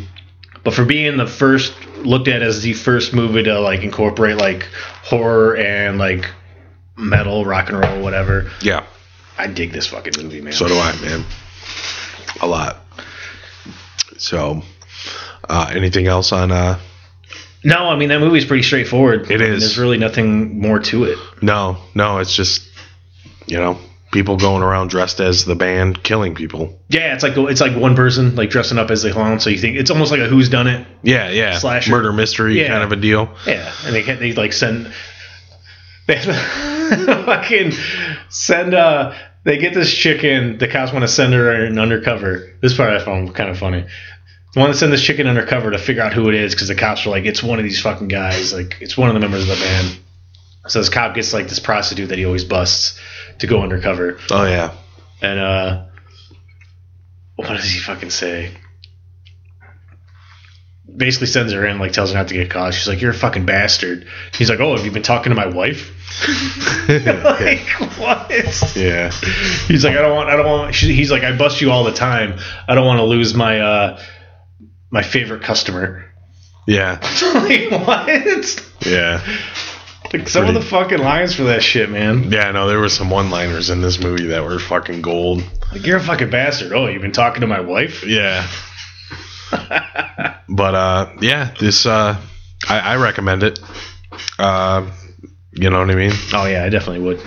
But for being the first looked at as the first movie to like incorporate like horror and like metal, rock and roll, whatever, yeah. I dig this fucking movie, man. So do I, man. A lot. So, uh, anything else on? Uh, no, I mean that movie's pretty straightforward. It I mean, is. There's really nothing more to it. No, no, it's just you know people going around dressed as the band killing people. Yeah, it's like it's like one person like dressing up as the clown, so you think it's almost like a who's done it. Yeah, yeah, Slasher. murder mystery Yeah. kind of a deal. Yeah, and they can't. They like send. They fucking send. Uh, they get this chicken. The cops want to send her in undercover. This part I found kind of funny. They want to send this chicken undercover to figure out who it is because the cops are like, it's one of these fucking guys. Like, it's one of the members of the band. So this cop gets like this prostitute that he always busts to go undercover, Oh yeah, and uh, what does he fucking say? Basically sends her in, like tells her not to get caught. She's like, "You're a fucking bastard." He's like, "Oh, have you been talking to my wife?" like what? yeah, He's like, "I don't want, I don't want." She, he's like, "I bust you all the time. I don't want to lose my uh, my favorite customer." yeah, like what? yeah, Like some of the fucking lines for that shit, man. yeah. No, there were some one-liners in this movie that were fucking gold. Like you're a fucking bastard. Oh, you've been talking to my wife. Yeah, but uh, yeah, this uh, I, I recommend it. Uh, you know what I mean. Oh yeah, I definitely would.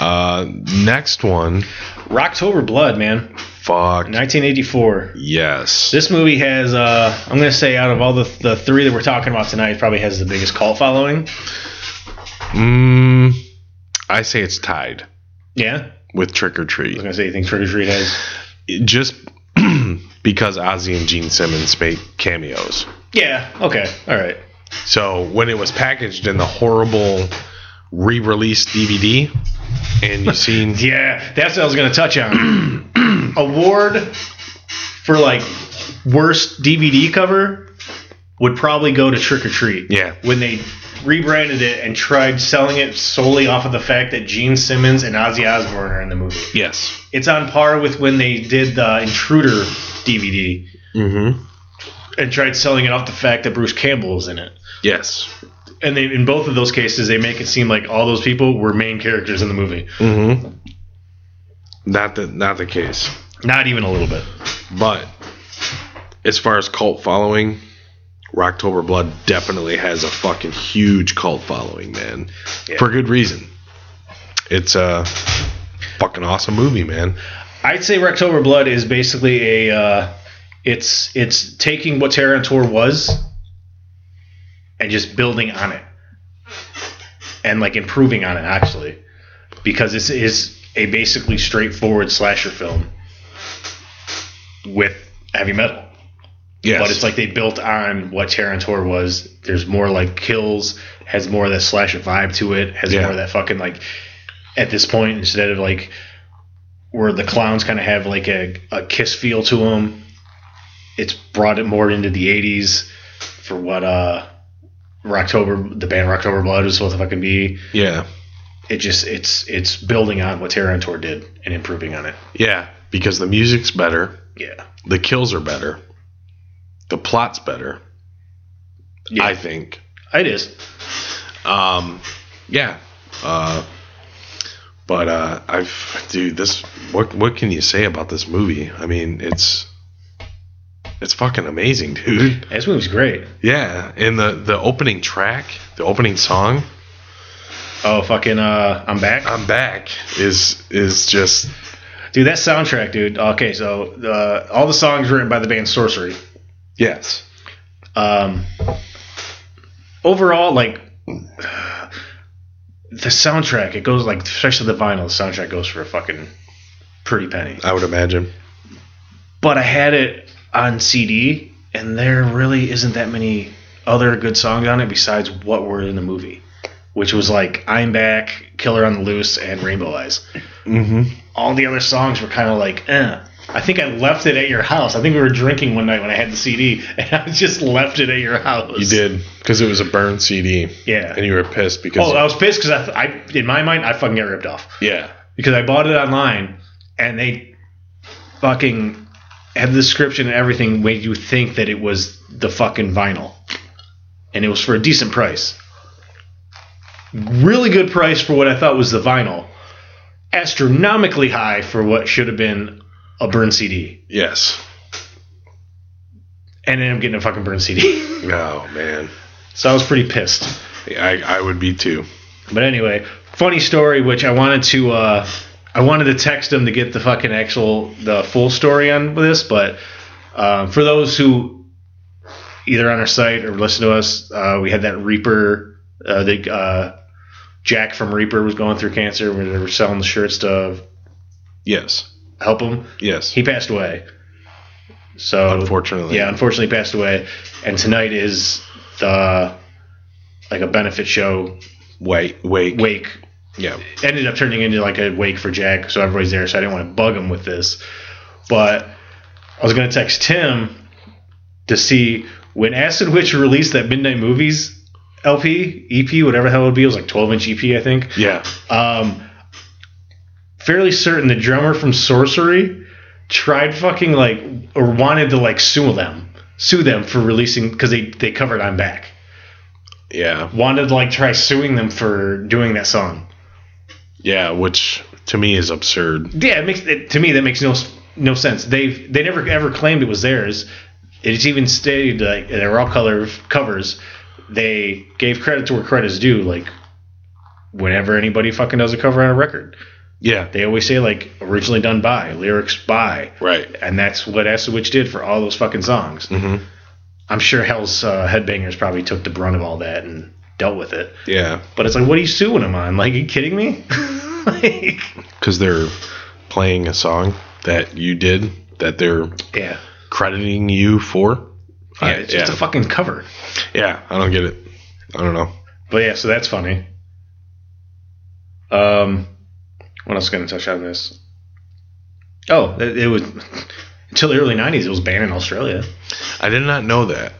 Uh, next one, Rocktober Blood, man. fuck 1984. yes, This movie has, uh, I'm going to say, out of all the, the three that we're talking about tonight, it probably has the biggest cult following. mm, I say it's tied Yeah. with Trick or I was Treat. going to say, you think Trick or Treat has. just because Ozzy and Gene Simmons made cameos. Yeah. Okay. All right. So when it was packaged in the horrible re-released DVD, and you seen Yeah. That's what I was going to touch on. Award for, like, worst DVD cover would probably go to Trick or Treat. Yeah. When they rebranded it and tried selling it solely off of the fact that Gene Simmons and Ozzy Osbourne are in the movie. yes, It's on par with when they did the Intruder DVD. mm-hmm. and tried selling it off the fact that Bruce Campbell was in it. yes, And they, in both of those cases, they make it seem like all those people were main characters in the movie. mm-hmm. not the not the case. Not even a little bit. But as far as cult following, Rocktober Blood definitely has a fucking huge cult following, man, for good reason. It's a fucking awesome movie, man. I'd say Rectober Blood is basically a, uh, it's it's taking what Terror on Tour was, and just building on it, and like improving on it actually, because this is a basically straightforward slasher film with heavy metal. Yes. But it's like they built on what Terrantor was. There's more like kills, has more of that slasher vibe to it, has Yeah. more of that fucking like at this point instead of like where the clowns kind of have like a, a kiss feel to them. It's brought it more into the 80s for what uh Rocktober the band Rocktober Blood is supposed to fucking be. Yeah. It just it's it's building on what Terror on Tour did and improving on it. Yeah. Because the music's better. Yeah. The kills are better. The plot's better. Yeah. I think. It is. Um, yeah. Uh, but uh, I've dude, this what what can you say about this movie? I mean, it's it's fucking amazing, dude. This movie's great. Yeah, and the the opening track, the opening song, Oh fucking uh I'm back. "I'm Back" is is just Dude, that soundtrack, dude. Okay, so uh, all the songs written by the band Sorcery. yes, Um, overall, like the soundtrack, it goes like especially the vinyl. The soundtrack goes for a fucking pretty penny. I would imagine. But I had it on CD, and there really isn't that many other good songs on it besides what were in the movie, which was like "I'm Back," "Killer on the Loose," and "Rainbow Eyes." Mm-hmm. all the other songs were kind of like, eh. I think I left it at your house. I think we were drinking one night when I had the CD, and I just left it at your house. You did because it was a burn CD, yeah. and you were pissed because Oh, I was pissed because I, th- I, in my mind, I fucking got ripped off yeah, because I bought it online, and they fucking had the description and everything made you think that it was the fucking vinyl, and it was for a decent price. Really good price for what I thought was the vinyl, astronomically high for what should have been a burn CD. yes. and then I'm getting a fucking burn CD. Oh man, so I was pretty pissed. I I would be too. But anyway, funny story, which I wanted to, uh, I wanted to text him to get the fucking actual, the full story on this, but um, for those who either on our site or listen to us, uh, we had that Reaper, uh, the uh, Jack from Reaper was going through cancer. We were selling the shirts to Yes, help him. yes. He passed away. So Unfortunately, yeah, unfortunately passed away. And tonight is the like a benefit show Wait, wait, wake. yeah. Ended up turning into like a wake for Jack, so everybody's there. So I didn't want to bug him with this, but I was gonna text Tim to see when Acid Witch released that Midnight Movies LP, EP, whatever the hell it would be. It was like 12 inch EP, I think. Yeah. Um, fairly certain the drummer from Sorcery tried fucking like or wanted to like sue them, sue them for releasing because they they covered "I'm Back." Yeah. Wanted to like try suing them for doing that song. Yeah, which to me is absurd. Yeah, it makes it, to me that makes no s- no sense. They they never ever claimed it was theirs. It's even stated like they were all color covers. They gave credit to where credit is due. Like whenever anybody fucking does a cover on a record, Yeah. they always say like originally done by lyrics by Right. and that's what Acid Witch did for all those fucking songs. Mm-hmm. I'm sure Hell's uh, Headbangers probably took the brunt of all that and dealt with it. Yeah. But it's like, what are you suing them on? Like, are you kidding me? like, Because they're playing a song that you did that they're yeah. crediting you for. Yeah, I- it's just yeah. a fucking cover. yeah. I don't get it. I don't know. But yeah, so that's funny. Um, what else going to touch on this? Oh, it, it was until the early '90s. It was banned in Australia. I did not know that.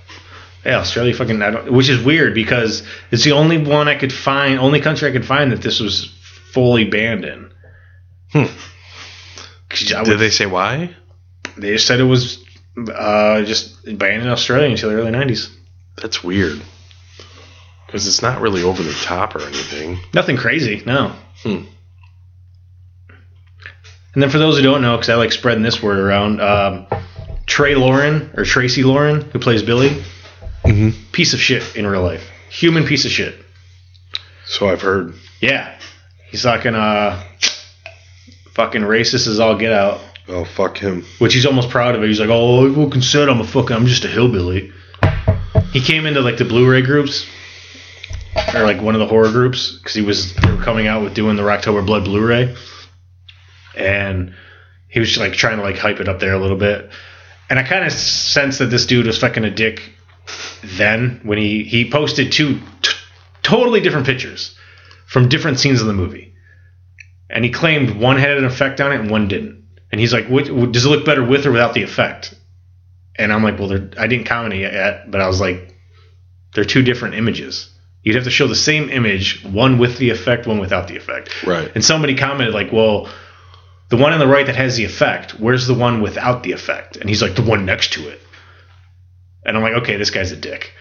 Yeah, Australia fucking. I don't, which is weird because it's the only one I could find, only country I could find that this was fully banned in. Hmm. 'Cause I Did would, they say why? they just said it was uh, just banned in Australia until the early '90s. That's weird. Because it's not really over the top or anything. Nothing crazy, no. Hmm. And then for those who don't know, because I like spreading this word around, um, Trey Lauren or Tracy Lauren, who plays Billy, Mm-hmm. piece of shit in real life, human piece of shit. So I've heard. Yeah, he's fucking uh, fucking racist as all get out. Oh, fuck him. which he's almost proud of it. He's like, "Oh, everyone can say I'm a fucking, I'm just a hillbilly." He came into like the Blu-ray groups, or like one of the horror groups, because he was they were coming out with doing the Rocktober Blood Blu-ray, and he was like trying to like hype it up there a little bit. And I kind of sense that this dude was fucking a dick then when he he posted two t- totally different pictures from different scenes of the movie. and he claimed one had an effect on it and one didn't. And he's like, what, what- does it look better with or without the effect? And I'm like, well, they're, I didn't comment it yet, but I was like, they're two different images. You'd have to show the same image, one with the effect, one without the effect. Right. And somebody commented like, well, the one on the right that has the effect, where's the one without the effect? And he's like, the one next to it. And I'm like, okay, this guy's a dick.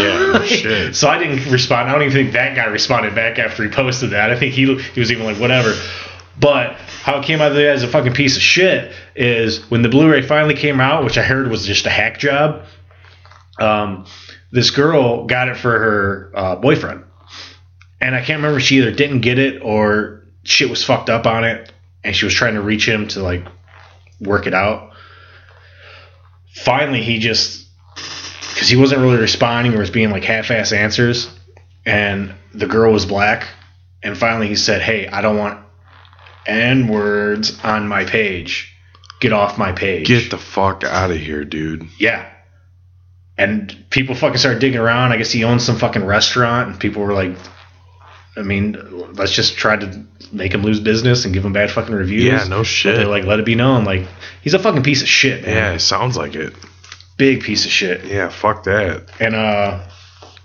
no Oh, shit. So I didn't respond. I don't even think that guy responded back after he posted that. I think he he was even like whatever. But how it came out of there as a fucking piece of shit is when the Blu-ray finally came out, which I heard was just a hack job. Um, this girl got it for her uh, boyfriend, and I can't remember if she either didn't get it or shit was fucked up on it, and she was trying to reach him to like work it out. Finally, he just because he wasn't really responding or was being like half-ass answers and the girl was black and finally he said hey i don't want n words on my page get off my page Get the fuck out of here, dude. yeah and people fucking started digging around i guess he owns some fucking restaurant and people were like i mean let's just try to make him lose business and give him bad fucking reviews Yeah, no But they're shit. like let it be known like he's a fucking piece of shit man Yeah, it sounds like it. big piece of shit Yeah, fuck that. and uh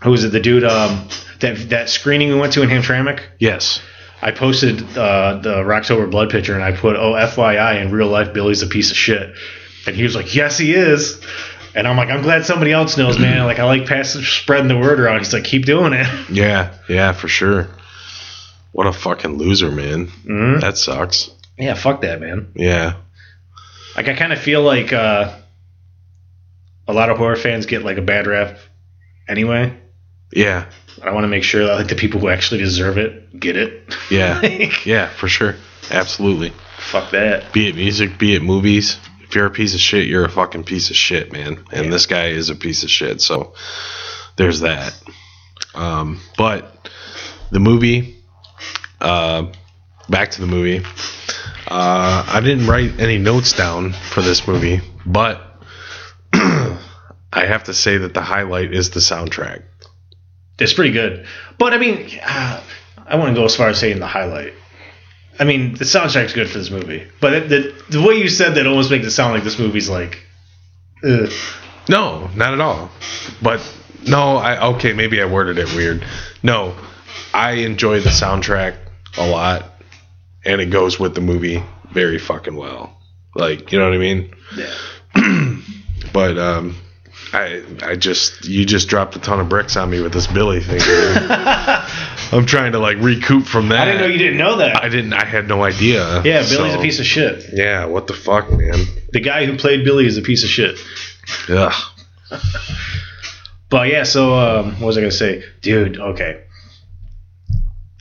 who was it the dude um that that screening we went to in Hamtramck Yes. I posted uh the Rocktober blood picture and I put oh FYI in real life Billy's a piece of shit and he was like yes he is and I'm like I'm glad somebody else knows man like I like passing spreading the word around he's like keep doing it Yeah, yeah, for sure. What a fucking loser, man. Mhm. That sucks. yeah fuck that man Yeah. like I kind of feel like uh a lot of horror fans get like a bad rap anyway Yeah. I want to make sure that like the people who actually deserve it get it Yeah. Like, Yeah, for sure. Absolutely. fuck that Be it music, be it movies. If you're a piece of shit, you're a fucking piece of shit, man. And Yeah. this guy is a piece of shit. So there's that. Um, but the movie, uh, back to the movie. Uh, I didn't write any notes down for this movie, but I have to say that the highlight is the soundtrack. It's pretty good. But I mean, ah, I wouldn't go as far as saying the highlight. I mean, the soundtrack's good for this movie, but it, the the way you said that almost makes it sound like this movie's like, ugh. No, not at all. But no, I okay, maybe I worded it weird. No, I enjoy the soundtrack a lot and it goes with the movie very fucking well. Like, you know what I mean? yeah. But um I I just you just dropped a ton of bricks on me with this Billy thing. dude. I'm trying to like recoup from that. I didn't know you didn't know that. I didn't I had no idea. yeah, Billy's a piece of shit. Yeah, what the fuck, man? The guy who played Billy is a piece of shit. Ugh. But yeah, so um, what was I gonna say, dude? Okay.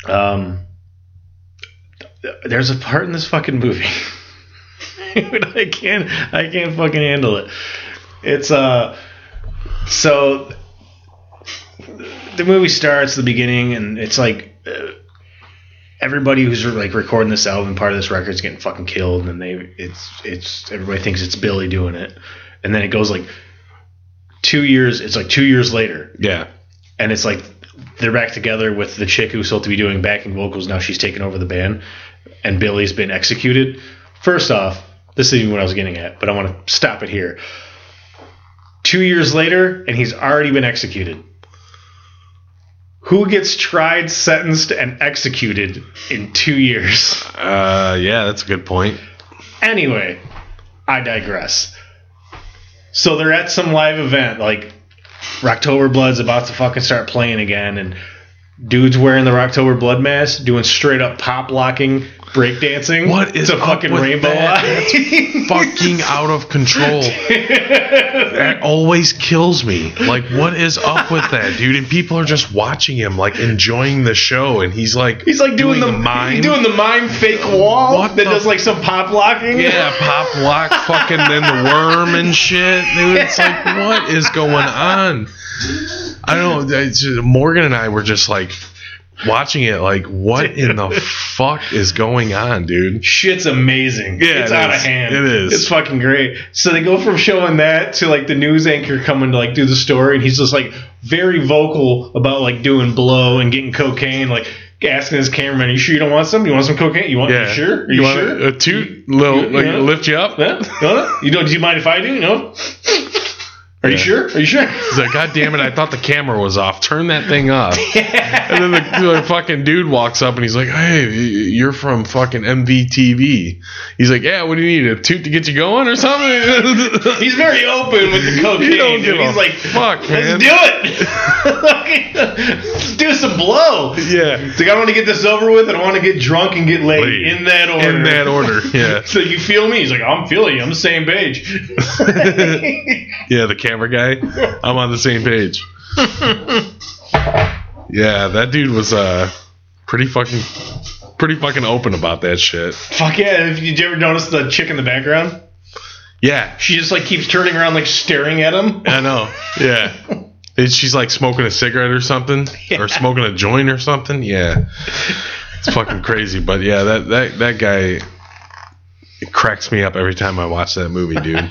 Um, th- there's a part in this fucking movie. Dude, I can't, I can't fucking handle it. It's uh, so the movie starts at the beginning, and it's like uh, everybody who's like recording this album, part of this record's getting fucking killed, and they, it's, it's everybody thinks it's Billy doing it, and then it goes like two years. It's like two years later, Yeah. and it's like they're back together with the chick who's supposed to be doing backing vocals. Now she's taken over the band, and Billy's been executed. First off, this isn't even what I was getting at, but I want to stop it here. Two years later, and he's already been executed. Who gets tried, sentenced, and executed in two years? Uh yeah, that's a good point. Anyway, I digress. So they're at some live event, like Rocktober Blood's about to fucking start playing again, and dudes wearing the Rocktober Blood mask doing straight up pop locking, breakdancing. What is a up fucking with rainbow that? eye? fucking out of control. that always kills me. Like, what is up with that, dude? And people are just watching him, like enjoying the show, and he's like, He's like doing, the, mime, doing the mime fake wall What that the- does like some pop locking. yeah, pop lock, fucking, then the worm and shit, dude. It's like, what is going on? I don't. It's just- Morgan and I were just like watching it, like, what in the fuck is going on, dude? shit's amazing. Yeah, it's it out is. of hand. It is. It's fucking great. So they go from showing that to like the news anchor coming to like do the story, and he's just like very vocal about like doing blow and getting cocaine. Like asking his cameraman, "You sure you don't want some? You want some cocaine? You want? Yeah. You sure? Are you, want Uh, sure? A toot, little, you- like, yeah. lift you up? Yeah? You want it? You don't? Do you mind if I do? No. Are you Yeah. sure? Are you sure? He's like, God damn it! I thought the camera was off. Turn that thing off. And then the, the fucking dude walks up and he's like, Hey, you're from fucking MVTV. He's like, Yeah, what do you need? A toot to get you going or something? He's very open with the cocaine. You don't give dude. He's a like, fuck, man. let's do it. let's do some blow. yeah. It's like I want to get this over with, and I want to get drunk and get laid Laid. in that order. In that order. Yeah. So you feel me? He's like, I'm feeling you. I'm the same page. Yeah, the camera guy. I'm on the same page. Yeah, that dude was uh pretty fucking pretty fucking open about that shit. Fuck yeah! If you, did you ever notice the chick in the background? Yeah. She just like keeps turning around, like staring at him. I know. Yeah. And she's like smoking a cigarette or something, or smoking a joint or something. Yeah, it's fucking crazy. But yeah, that that that guy it cracks me up every time I watch that movie, dude.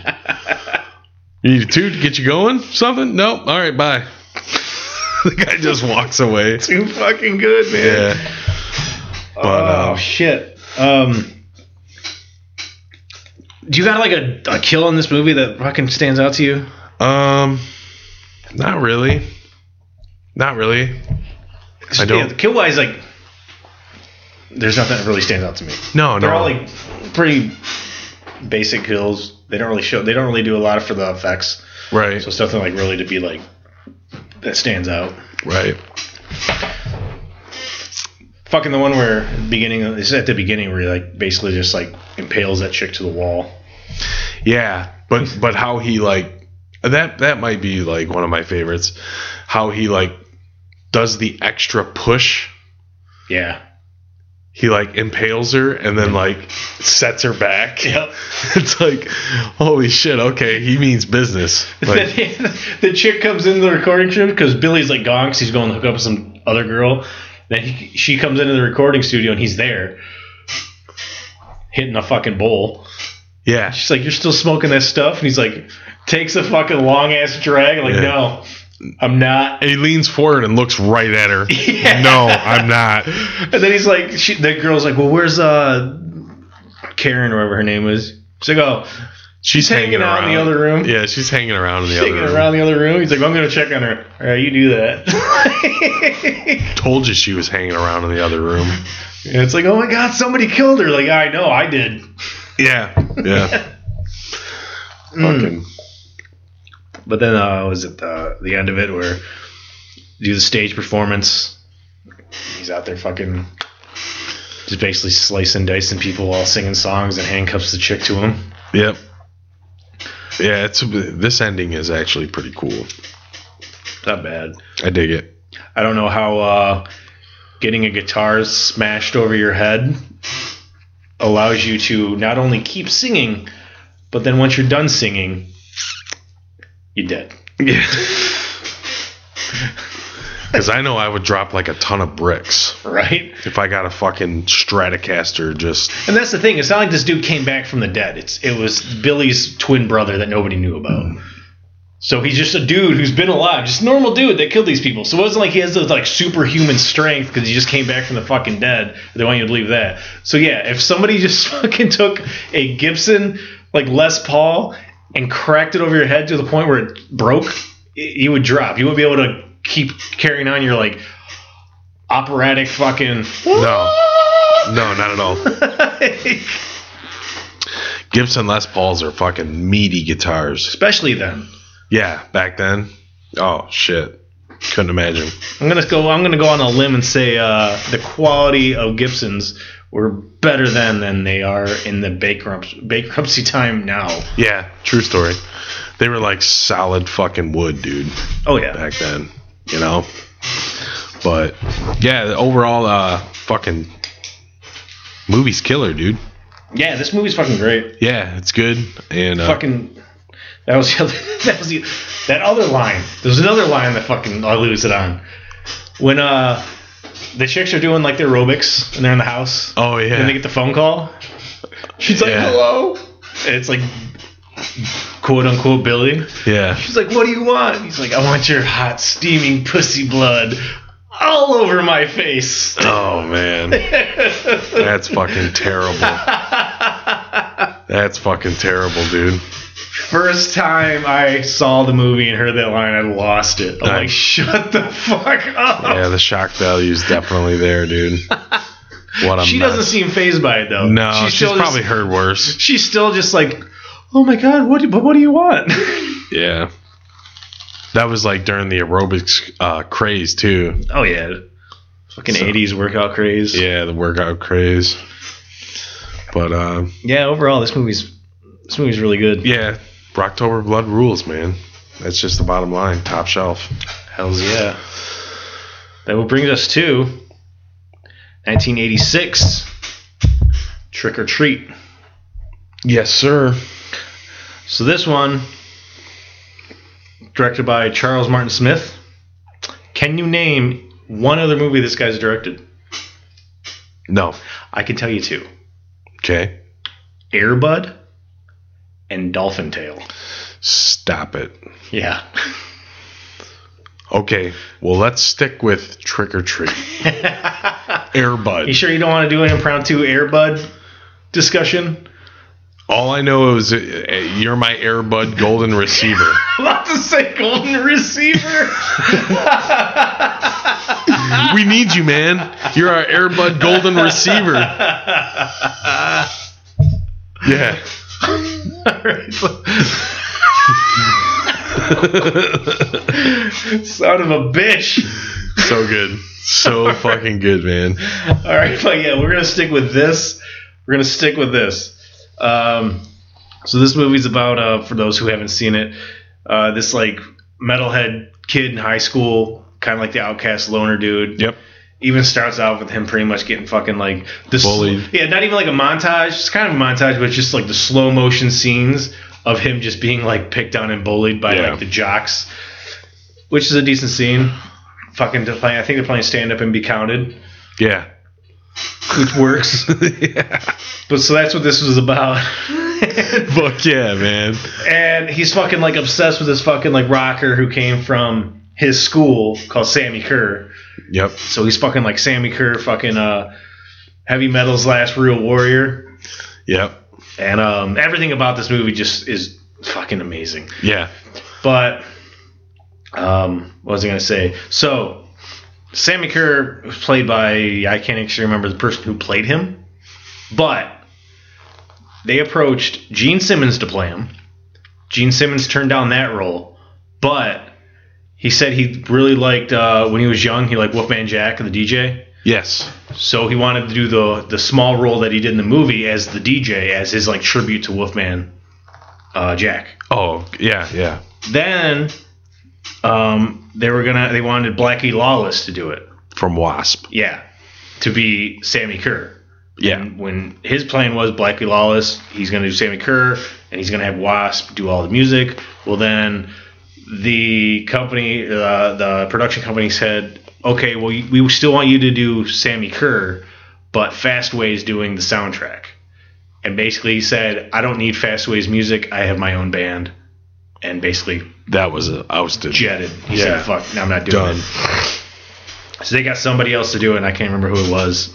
you need a toot to get you going? Something? Nope. All right, bye. the guy just walks away. Too fucking good, man. Yeah. But oh uh, shit. Um, do you got like a, a kill in this movie that fucking stands out to you? um, not really. Not really. I don't- Kill wise, like, there's nothing that really stands out to me. No, They're no. all like pretty basic kills. They don't really show. They don't really do a lot for the effects. right. So it's nothing like really to be like that stands out. Right. Fucking the one where at the beginning. This is at the beginning where he like basically just like impales that chick to the wall. Yeah, but but how he like that that might be like one of my favorites. How he like does the extra push. Yeah. He like impales her and then like sets her back. Yep. It's like, holy shit! Okay, he means business. Like, the chick comes into the recording studio because Billy's like gone 'cause he's going to hook up with some other girl. Then he, she comes into the recording studio and he's there, hitting a fucking bowl. yeah, She's like, "You're still smoking that stuff," and he's like, takes a fucking long ass drag. Like, Yeah. no, I'm not. and he leans forward and looks right at her. No, I'm not. And then he's like, she, the girl's like, "Well, where's uh Karen or whatever her name is?" She's like, "Oh, She's hanging, hanging out around in the other room." Yeah, she's hanging around in the Taking other her room. around the other room. He's like, "I'm gonna check on her." All right, you do that. Told you she was hanging around in the other room. And it's like, oh my god, somebody killed her. Like, I know, I did. Yeah, yeah. Mm. Fucking. But then uh was it the the end of it where do the stage performance? He's out there fucking just basically slicing, dicing people while singing songs and handcuffs the chick to him. Yep. Yeah, it's this ending is actually pretty cool. Not bad. I dig it. I don't know how uh getting a guitar smashed over your head allows you to not only keep singing, but then once you're done singing, you're dead. Yeah. Because I know I would drop like a ton of bricks Right? if I got a fucking Stratocaster. Just And that's the thing. It's not like this dude came back from the dead. It's it was Billy's twin brother that nobody knew about. So he's just a dude who's been alive, just a normal dude that killed these people. So it wasn't like he has this like superhuman strength because he just came back from the fucking dead. They want you to believe that. So yeah, if somebody just fucking took a Gibson like Les Paul and cracked it over your head to the point where it broke, it, you would drop. You wouldn't be able to keep carrying on your like operatic fucking. no, no, not at all. Gibson Les Pauls are fucking meaty guitars. Especially then. Yeah, back then. Oh shit, couldn't imagine. I'm gonna go. I'm gonna go on a limb and say uh, the quality of Gibsons were better then than they are in the bankruptcy, bankruptcy time now. Yeah, true story. They were like solid fucking wood, dude. Oh yeah, back then, you know. But yeah, the overall, uh, fucking movie's killer, dude. yeah. This movie's fucking great. Yeah, it's good. And uh, Fucking. That was the other. That was the. That other line. There's another line that fucking I lose it on. When uh, the chicks are doing like their aerobics and they're in the house. oh yeah, And they get the phone call. She's like, Yeah. "Hello," and it's like, "quote unquote," Billy. yeah, She's like, "What do you want?" He's like, "I want your hot, steaming pussy blood." all over my face. Oh man, that's fucking terrible. That's fucking terrible, dude. First time I saw the movie and heard that line, I lost it. I'm like, Nice. shut the fuck up. Yeah, the shock value is definitely there, dude. What a she mess. doesn't seem phased by it though. No, She she's still just- probably heard worse. she's still just like, oh my god, what? Do, but what do you want? Yeah. That was like during the aerobics uh, craze too. oh yeah, fucking So- '80s workout craze. Yeah, the workout craze. But uh, Yeah, Overall, this movie's this movie's really good. yeah, Rocktober Blood rules, man. That's just the bottom line, top shelf. Hell's yeah. That will bring us to 1986. Trick or treat. Yes, sir. So this one, directed by Charles Martin Smith. Can you name one other movie this guy's directed? No. I can tell you two: Okay. Airbud and Dolphin Tale. Stop it. Yeah. Okay. Well, let's stick with trick or treat. You Airbud. sure you don't want to do an impromptu Airbud discussion? All I know is uh, uh, you're my Airbud golden receiver. I'm about to say golden receiver. we need you, man. You're our Airbud golden receiver. Yeah. All right, so- Son of a bitch. So good. So fucking good, man. All right, but yeah, we're gonna stick with this. We're gonna stick with this. Um, so this movie's about, uh, for those who haven't seen it, uh, this like metalhead kid in high school, kind of like the outcast loner dude. Yep. Even starts out with him pretty much getting fucking like this. Bullied. Yeah, not even like a montage. It's kind of a montage, but just like the slow motion scenes of him just being like picked on and bullied by Yeah. like the jocks, which is a decent scene. Fucking, to play, I think they're playing stand up and be counted, Yeah. which works. But so that's what this was about. Fuck yeah, man. and he's fucking like obsessed with this fucking like rocker who came from his school called Sammy Kerr. Yep. So he's fucking like Sammy Kerr, fucking uh, heavy metal's last real warrior. Yep. And um, everything about this movie just is fucking amazing. Yeah. But um, what was I gonna say? So Sammy Kerr was played by I can't actually remember the person who played him, but they approached Gene Simmons to play him. Gene Simmons turned down that role, but he said he really liked uh, when he was young. He liked Wolfman Jack and the DJ, Yes. so he wanted to do the the small role that he did in the movie as the DJ, as his like tribute to Wolfman uh, Jack Oh, yeah, yeah. then um, they were gonna they wanted Blackie Lawless to do it. From Wasp. Yeah, to be Sammy Kerr. Yeah. And when his plan was Blackie Lawless, he's gonna do Sammy Kerr and he's gonna have Wasp do all the music. Well, then the company, uh, the production company said, okay, well we still want you to do Sammy Kerr, but Fastway's doing the soundtrack. And basically, he said, I don't need Fastway's music. I have my own band. And basically, That was a ousted. jetted. He said, Yeah. "Fuck, no, I'm not doing Done. it." So they got somebody else to do it, and I can't remember who it was.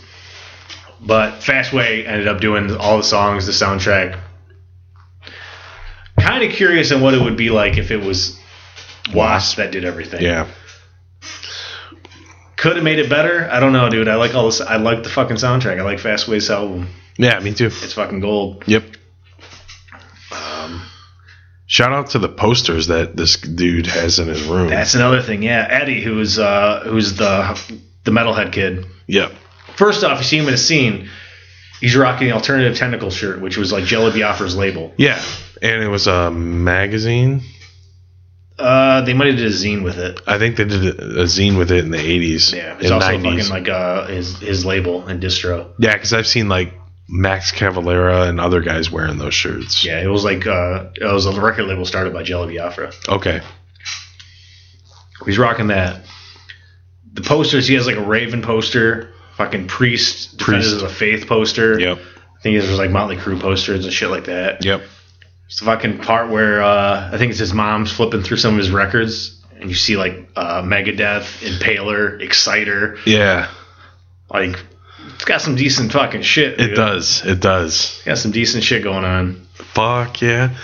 But Fastway ended up doing all the songs, the soundtrack. Kind of curious on what it would be like if it was Wasp that did everything. Yeah. Could have made it better. I don't know, dude. I like all this. I like the fucking soundtrack. I like Fastway's album. Yeah, me too. It's fucking gold. Yep. Um, Shout out to the posters that this dude has in his room. That's another thing. Yeah, Eddie, who's uh, who's the the metalhead kid. yep. First off, you see him in a scene. He's rocking the alternative tentacle shirt, which was like Jelly Biafra's label. Yeah. And it was a magazine. Uh, they might have did a zine with it. I think they did a, a zine with it in the 80s. Yeah, and it's also 90s. fucking like uh his his label and distro. Yeah, because I've seen like Max Cavalera and other guys wearing those shirts. Yeah, it was like uh it was a record label started by Jelly Biafra. Okay. He's rocking that. The posters he has like a Raven poster, fucking priest, Defenders of the faith poster. Yep. I think there's like Motley Crue posters and shit like that. Yep. It's the fucking part where uh, I think it's his mom's flipping through some of his records, and you see like uh, Megadeth, Impaler, Exciter. Yeah, Like it's got some decent fucking shit. it dude. does. It does. It's got some decent shit going on. Fuck yeah.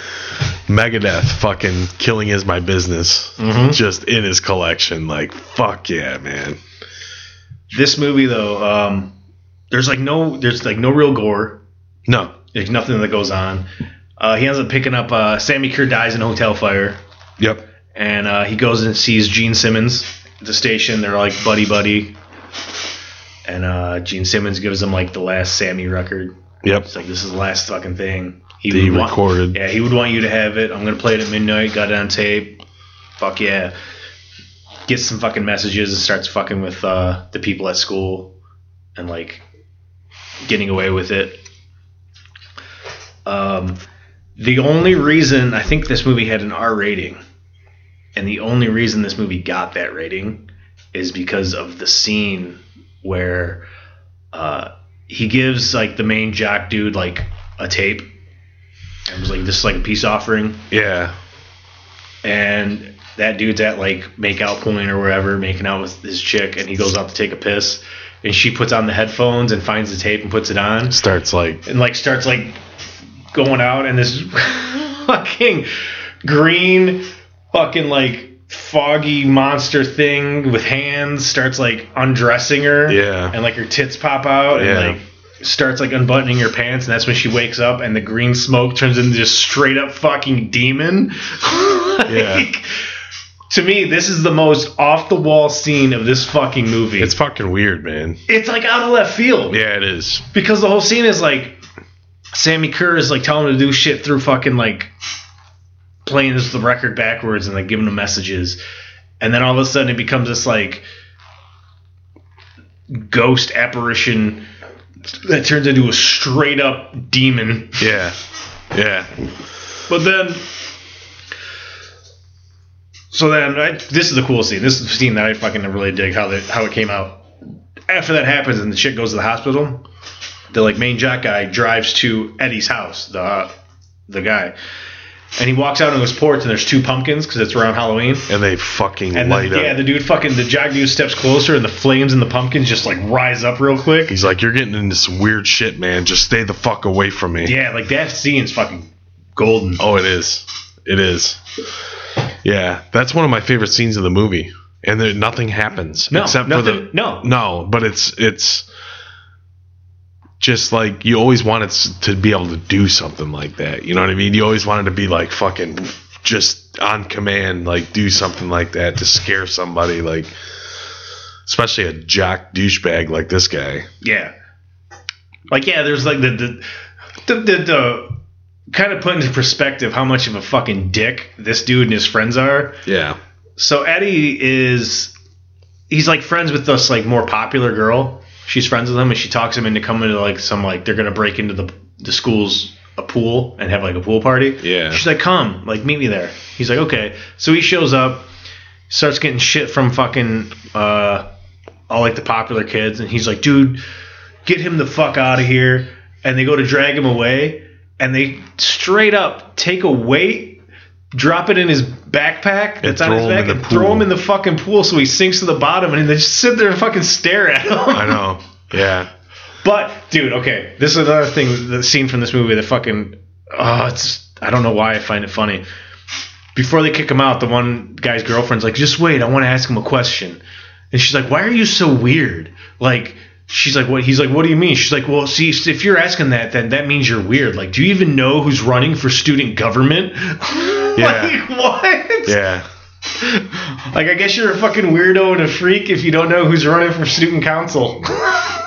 Megadeth fucking killing is my business. Mm-hmm. Just in his collection. Like, fuck yeah, man. This movie though, um, there's like no there's like no real gore. No. There's nothing that goes on. Uh, he ends up picking up uh, Sammy Kerr dies in a hotel fire, Yep. and uh, he goes and sees Gene Simmons at the station. They're like buddy buddy, and uh, Gene Simmons gives him like the last Sammy record. Yep. It's like this is the last fucking thing he He would want- recorded. Yeah, he would want you to have it. I'm gonna play it at midnight. Got it on tape. Fuck yeah. Gets some fucking messages and starts fucking with uh, the people at school and like getting away with it. Um, the only reason I think this movie had an R rating, and the only reason this movie got that rating is because of the scene where uh, he gives like the main jock dude like a tape. And was like, "This is like a peace offering." Yeah. and that dude's at like makeout point or wherever, making out with his chick, and he goes out to take a piss, and she puts on the headphones and finds the tape and puts it on, Starts like, and like starts like going out, and this fucking green, fucking like foggy monster thing with hands starts like undressing her, Yeah. and like her tits pop out, Yeah. and like. Starts like unbuttoning her pants, and that's when she wakes up, and the green smoke turns into just straight up fucking demon. Yeah. Like, to me, this is the most off the wall scene of this fucking movie. it's It's, fucking weird, man. like out of left field Yeah, it is. because the whole scene is like Sammy Kerr is like telling him to do shit through fucking like playing this the record backwards and like giving him messages, and then all of a sudden it becomes this like ghost apparition that turns into a straight up demon. Yeah. Yeah. But then, so then I, this is the cool scene. This is the scene that I fucking really dig how that how it came out. After that happens and the chick goes to the hospital, the like main jock guy drives to Eddie's house, the uh, the guy, and he walks out on his porch and there's two pumpkins because it's around Halloween. And they fucking And light then, yeah, up. the dude fucking the jock dude steps closer and the flames and the pumpkins just like rise up real quick. He's like, you're getting into some weird shit, man. Just stay the fuck away from me. Yeah, like that scene's fucking golden. Oh, it is. It is. Yeah, that's one of my favorite scenes of the movie. And there, nothing happens No, except for nothing- the no. no. But it's it's just like you always wanted s- to be able to do something like that. You know what I mean? You always wanted to be like fucking just on command, like do something like that to scare somebody, like especially a jock douchebag like this guy. Yeah. Like yeah, there's like the the the, the, the kind of put into perspective how much of a fucking dick this dude and his friends are. Yeah, So Eddie is he's like friends with this like more popular girl. She's friends with him and she talks him into coming to like some like they're gonna break into the the school's a pool and have like a pool party. Yeah. She's like, come, like meet me there. He's like, okay. So he shows up, starts getting shit from fucking uh all like the popular kids, and he's like, dude, get him the fuck out of here. And they go to drag him away, and they straight up take a weight, drop it in his backpack that's on throw his him in back, the and throw him pool. in the fucking pool so he sinks to the bottom, and they just sit there and fucking stare at him. I know. Yeah, But dude, okay, this is another thing. The scene from this movie that fucking, oh, it's I don't know why I find it funny. Before they kick him out, the one guy's girlfriend's like, "Just wait, I want to ask him a question," and she's like, "Why are you so weird?" Like. She's like, what? He's like, what do you mean? She's like, well, see, if you're asking that, then that means you're weird. Like, do you even know who's running for student government? Yeah. like, what? yeah. Like, I guess you're a fucking weirdo and a freak if you don't know who's running for student council.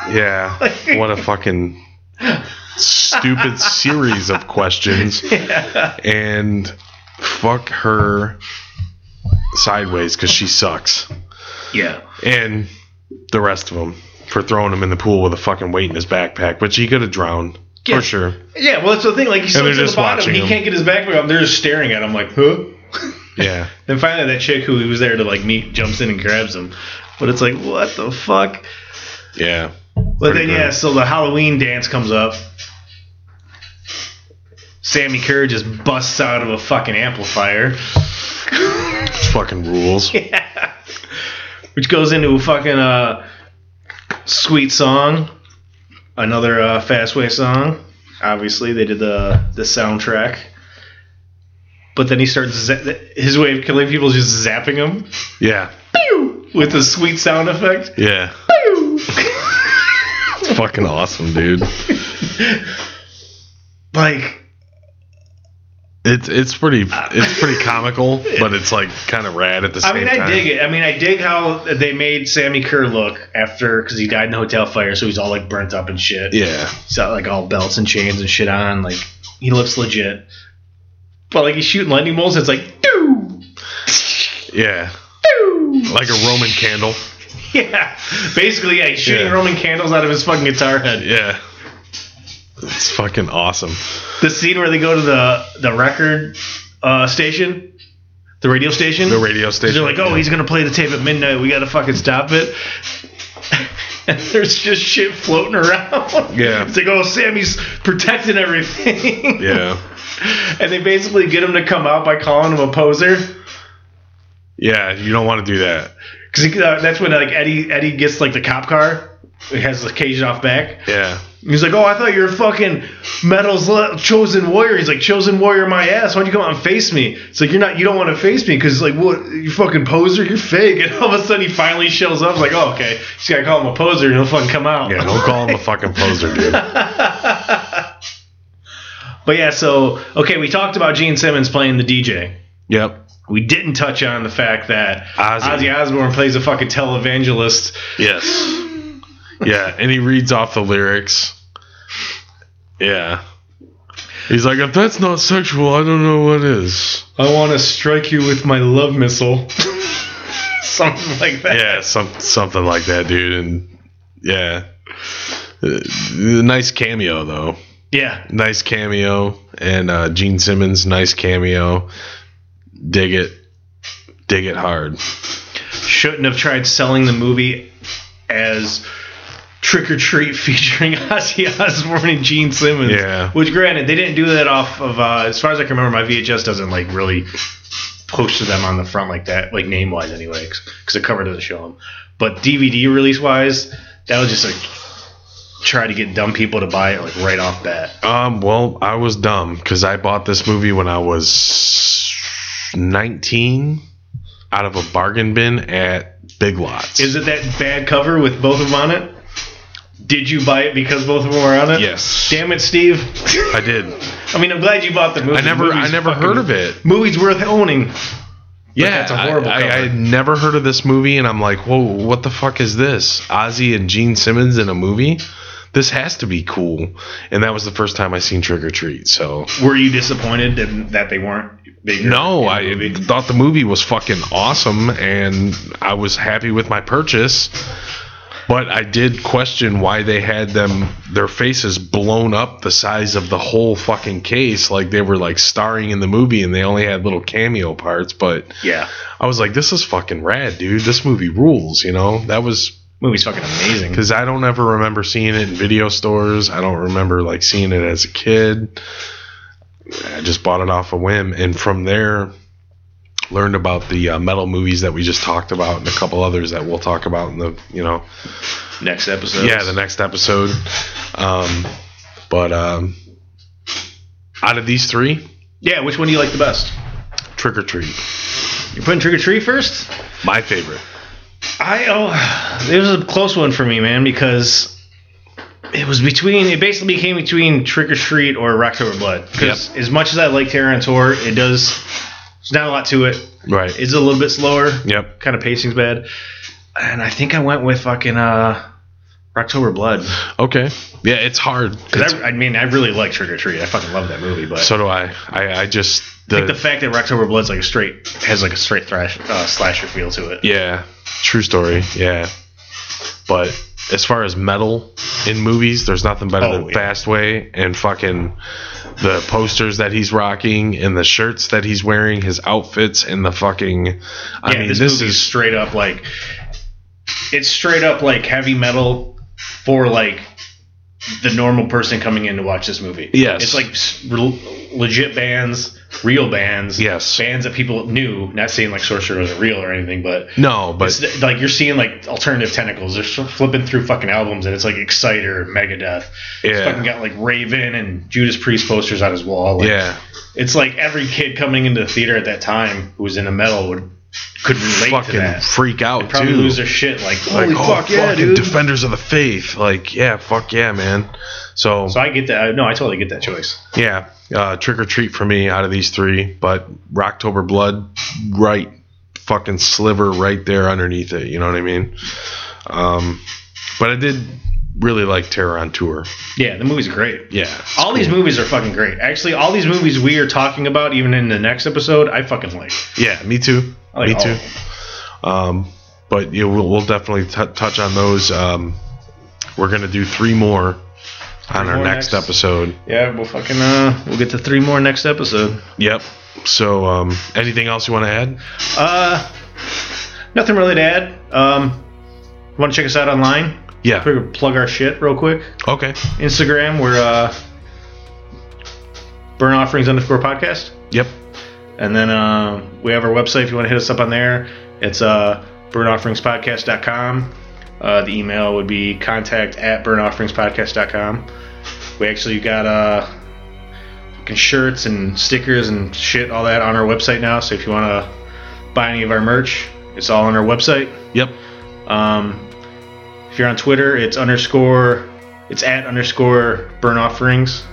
Yeah. what a fucking stupid series of questions. And fuck her sideways because she sucks. yeah. And the rest of them for throwing him in the pool with a fucking weight in his backpack, which he could have drowned. Yeah. For sure. Yeah, well, that's the thing. Like, he's And still they're to the just bottom. watching He him. can't get his back up. They're just staring at him like, huh? Yeah. Then finally, that chick who he was there to, like, meet jumps in and grabs him. But it's like, what the fuck? Yeah. But Pretty then, yeah, good. so the Halloween dance comes up. Sammy Kerr just busts out of a fucking amplifier, Fucking rules. which goes into a fucking uh, sweet song, another uh, Fastway song. Obviously, they did the the soundtrack. But then he starts za- his way of killing people is just zapping them Yeah. with a sweet sound effect. Yeah. It's fucking awesome, dude. like It's it's pretty it's pretty comical, but it's like kind of rad at the same I time. mean, I dig it. I mean, I dig how they made Sammy Kerr look after because he died in the hotel fire, so he's all like burnt up and shit. Yeah. he's got like all belts and chains and shit on. Like he looks legit. But like he's shooting lightning bolts, it's like doo Yeah. doo. Like a Roman candle. Yeah, basically, yeah, he's shooting Yeah. Roman candles out of his fucking guitar head. Yeah. It's fucking awesome. The scene where they go to the the record uh, station, the radio station, The radio station. They're like, oh, he's gonna play the tape at midnight. We gotta fucking stop it. And there's just shit floating around. Yeah. It's like, oh, Sammy's protecting everything. Yeah. And they basically get him to come out by calling him a poser. Yeah, you don't want to do that. Because uh, that's when like Eddie Eddie gets like the cop car. It has the cage off back. Yeah. He's like, oh, I thought you were fucking metal's le- chosen warrior. He's like, chosen warrior, my ass. Why'd you come out and face me? It's like you're not, you don't want to face me because like, what? You fucking poser. You're fake. And all of a sudden, he finally shows up. Like, oh, okay. Just gotta call him a poser, and he'll fucking come out. Yeah, don't call him a fucking poser, dude. But yeah, so okay, we talked about Gene Simmons playing the DJ. Yep. We didn't touch on the fact that Ozzy. Ozzy Osbourne plays a fucking televangelist. Yes. Yeah, and he reads off the lyrics. Yeah. He's like, if that's not sexual, I don't know what is. I want to strike you with my love missile. Something like that. Yeah, some something like that, dude. And yeah, Uh, nice cameo though. Yeah. Nice cameo, and uh, Gene Simmons, nice cameo. Dig it, dig it hard. shouldn't have tried selling the movie as Trick or Treat featuring Ozzy Osbourne and Gene Simmons. Yeah. Which, granted, they didn't do that off of. Uh, as far as I can remember, my VHS doesn't like really poster them on the front like that, like name wise, anyway, because the cover doesn't show them. But DVD release wise, that was just like try to get dumb people to buy it like right off bat. Um, well, I was dumb because I bought this movie when I was nineteen, out of a bargain bin at Big Lots. Is it that bad cover with both of them on it? Did you buy it because both of them were on it? Yes, Damn it, Steve. I did. I mean, I'm glad you bought the movie. I never, I Movie's never fucking- heard of it. Movie's worth owning. Yeah, that's a horrible I, I, cover. I had never heard of this movie, and I'm like, whoa, what the fuck is this? Ozzy and Gene Simmons in a movie? This has to be cool. And that was the first time I seen Trick or Treat. So Were you disappointed that, that they weren't bigger? in no, the I movie? thought the movie was fucking awesome, and I was happy with my purchase. But I did question why they had them their faces blown up the size of the whole fucking case, like they were like starring in the movie, and they only had little cameo parts, but. yeah, I was like, this is fucking rad, dude. This movie rules, you know? That was movie's fucking amazing. because I don't ever remember seeing it in video stores. I don't remember like seeing it as a kid. I just bought it off a whim. And from there, learned about the uh, metal movies that we just talked about and a couple others that we'll talk about in the, you know, Next episode. yeah, the next episode. Um, but um, out of these three, yeah. Which one do you like the best? Trick or Treat, You're putting Trick or Treat first. my favorite. I oh, it was a close one for me, man, because it was between. It basically became between Trick or Treat or October Blood. Because as much as I like Terror on Tour, it does. There's not a lot to it. Right. It's a little bit slower. yep. kind of pacing's bad. And I think I went with fucking uh, October Blood. Okay. Yeah, it's hard. It's Because I, I mean, I really like Trick or Treat. I fucking love that movie. But So do I. I, I just I the, think the fact that October Blood's like a straight has like a straight thrash uh, slasher feel to it. yeah, true story. Yeah, but as far as metal in movies, there's nothing better Oh, than yeah. Fastway and fucking the posters that he's rocking and the shirts that he's wearing, his outfits and the fucking. I yeah, mean, this, this, movie is is straight up like it's straight up like heavy metal for like the normal person coming in to watch this movie. Yes. it's like s- re- legit bands, real bands. Yes. bands that people knew. Not saying like Sorcerer wasn't real or anything, but No, but it's th- like you're seeing like alternative tentacles. They're sort of flipping through fucking albums, and it's like Exciter, Megadeth. He's Yeah. fucking got like Raven and Judas Priest posters on his wall. Like, yeah, it's like every kid coming into the theater at that time who was into metal would could relate to fucking that. freak out Probably too. lose their shit. Like, like, holy oh, fuck, yeah, fucking dude. defenders of the faith. Like, yeah, fuck yeah, man. So, so I get that. No, I totally get that choice. yeah, uh, trick or treat for me out of these three, but Rocktober Blood, right, fucking sliver right there underneath it. You know what I mean? Um, but I did really like Terror on Tour. Yeah, the movie's great. Yeah, All these movies are fucking great. Actually, all these movies we are talking about, even in the next episode, I fucking like. yeah, me too. I like oh. me all too. of them. Um, but you know, we'll, we'll definitely t- touch on those. Um, we're gonna do three more on our more next, next. episode. Yeah, we'll fucking uh, we'll get to three more next episode. Yep. So, um, anything else you want to add? Uh, nothing really to add. Um, want to check us out online? Yeah. Plug plug our shit real quick. Okay. Instagram, we're uh, burn offerings underscore podcast. Yep. And then uh, we have our website if you want to hit us up on there. It's uh, burnofferingspodcast.com. Uh, the email would be contact at burnofferingspodcast.com. We actually got uh, fucking shirts and stickers and shit, all that on our website now. So if you want to buy any of our merch, it's all on our website. Yep. Um, if you're on Twitter, it's underscore, it's at underscore burn offerings.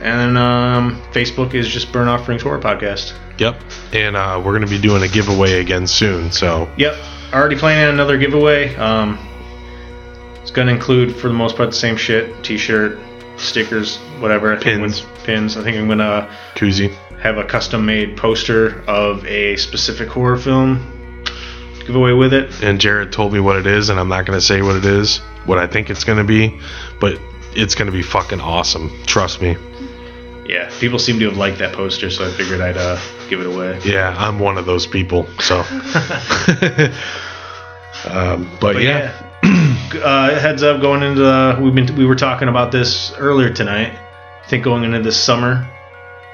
And then um, Facebook is just Burn Offerings Horror Podcast. Yep. And uh, we're gonna be doing a giveaway again soon. So, Yep, already planning another giveaway. Um, it's gonna include, for the most part, the same shit: t-shirt, stickers, whatever. I think I'm Pins. gonna- pins. I think I'm gonna koozie. have a custom-made poster of a specific horror film giveaway with it. And Jared told me what it is, and I'm not gonna say what it is, what I think it's gonna be, but it's gonna be fucking awesome. Trust me. Yeah, people seem to have liked that poster, so I figured I'd uh, give it away. Yeah, I'm one of those people. So, um, but, But yeah. yeah. Uh, heads up, going into the, we've been we were talking about this earlier tonight. I think going into this summer,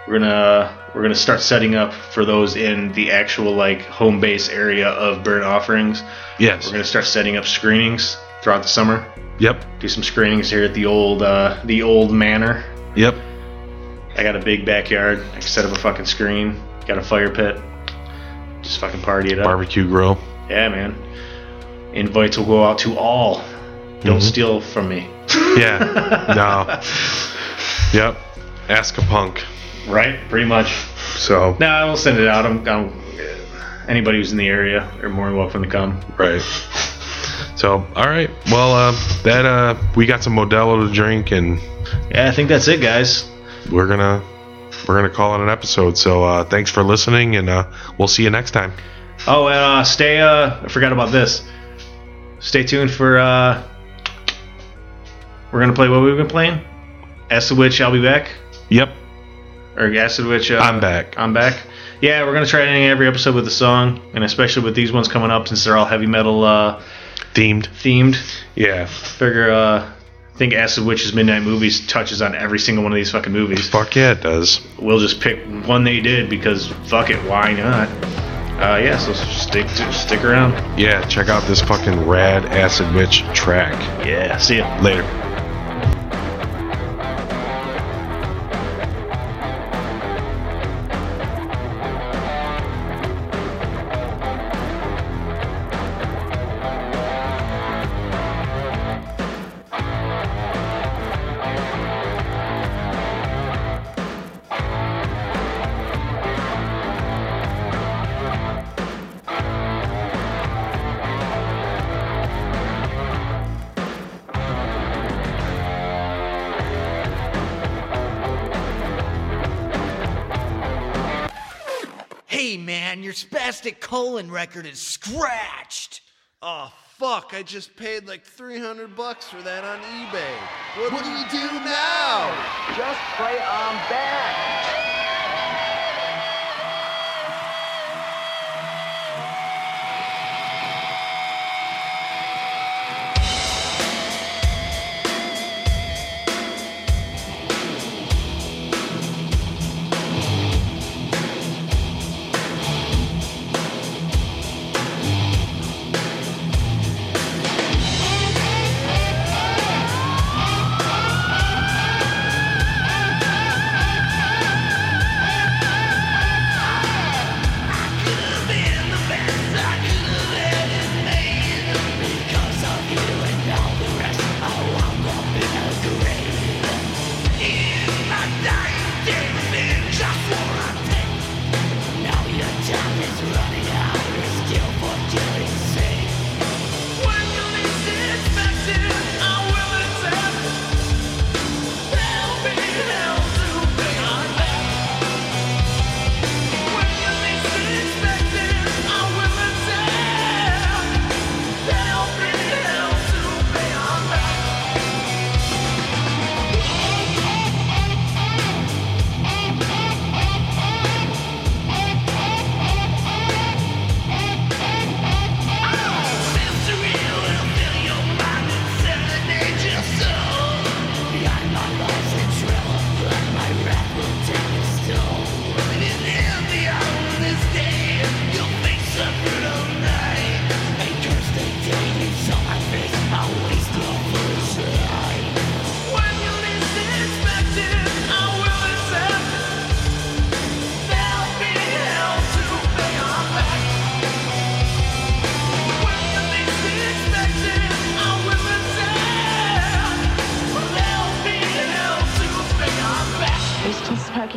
we're gonna we're gonna start setting up for those in the actual like home base area of burn offerings. yes. We're gonna start setting up screenings throughout the summer. Yep. Do some screenings here at the old uh, the old manor. Yep. I got a big backyard. I can set up a fucking screen. Got a fire pit. Just fucking party it up. Barbecue grill. Yeah, man. Invites will go out to all. Don't steal from me. Yeah. no. Yep. Ask a punk. Right? Pretty much. So No, I will send it out. I'm, I'm anybody who's in the area are more than welcome to come. right. So all right. Well, uh, that uh, we got some Modelo to drink, and Yeah, I think that's it, guys. we're gonna we're gonna call it an episode. So uh, thanks for listening, and uh, we'll see you next time. Oh, and uh, stay. Uh, I forgot about this. Stay tuned for. Uh, we're gonna play what we've been playing. Acid Witch, I'll be back. Yep. Or Acid Witch. Uh, I'm back. I'm back. Yeah, we're gonna try ending every episode with a song, and especially with these ones coming up, since they're all heavy metal uh, Themed. themed. Yeah. Figure. Uh, I think Acid Witch's Midnight Movies touches on every single one of these fucking movies. Fuck yeah, it does. we'll just pick one they did because fuck it, why not? Uh, yeah, so stick stick around. Yeah. Check out this fucking rad acid witch track. Yeah, see ya. Later. Hey man, your spastic colon record is scratched. Oh fuck, I just paid like 300 bucks for that on eBay. What, do you do now? um, Just play on back.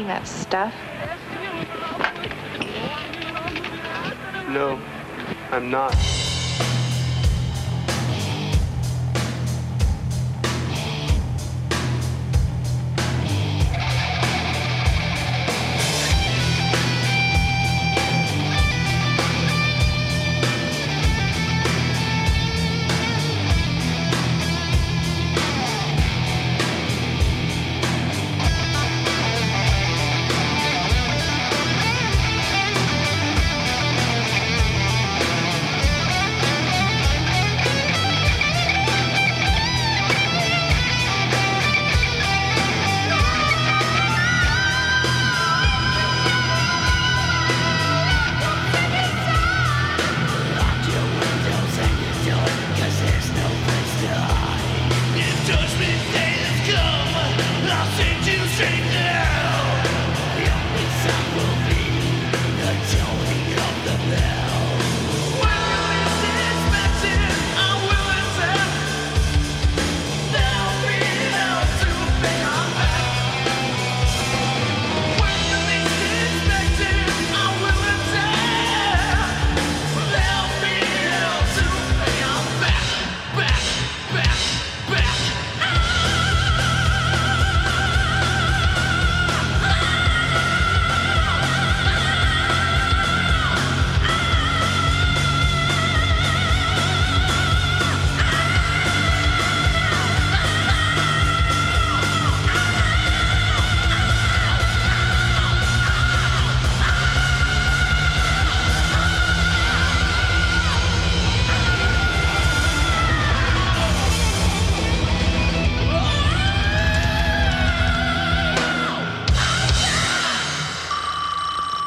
have stuff? No, I'm not.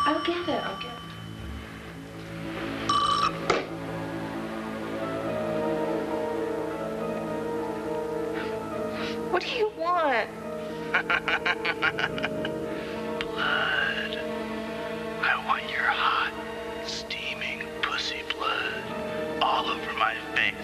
I'll get it. I'll get it. What do you want? I want your hot, steaming pussy blood all over my face.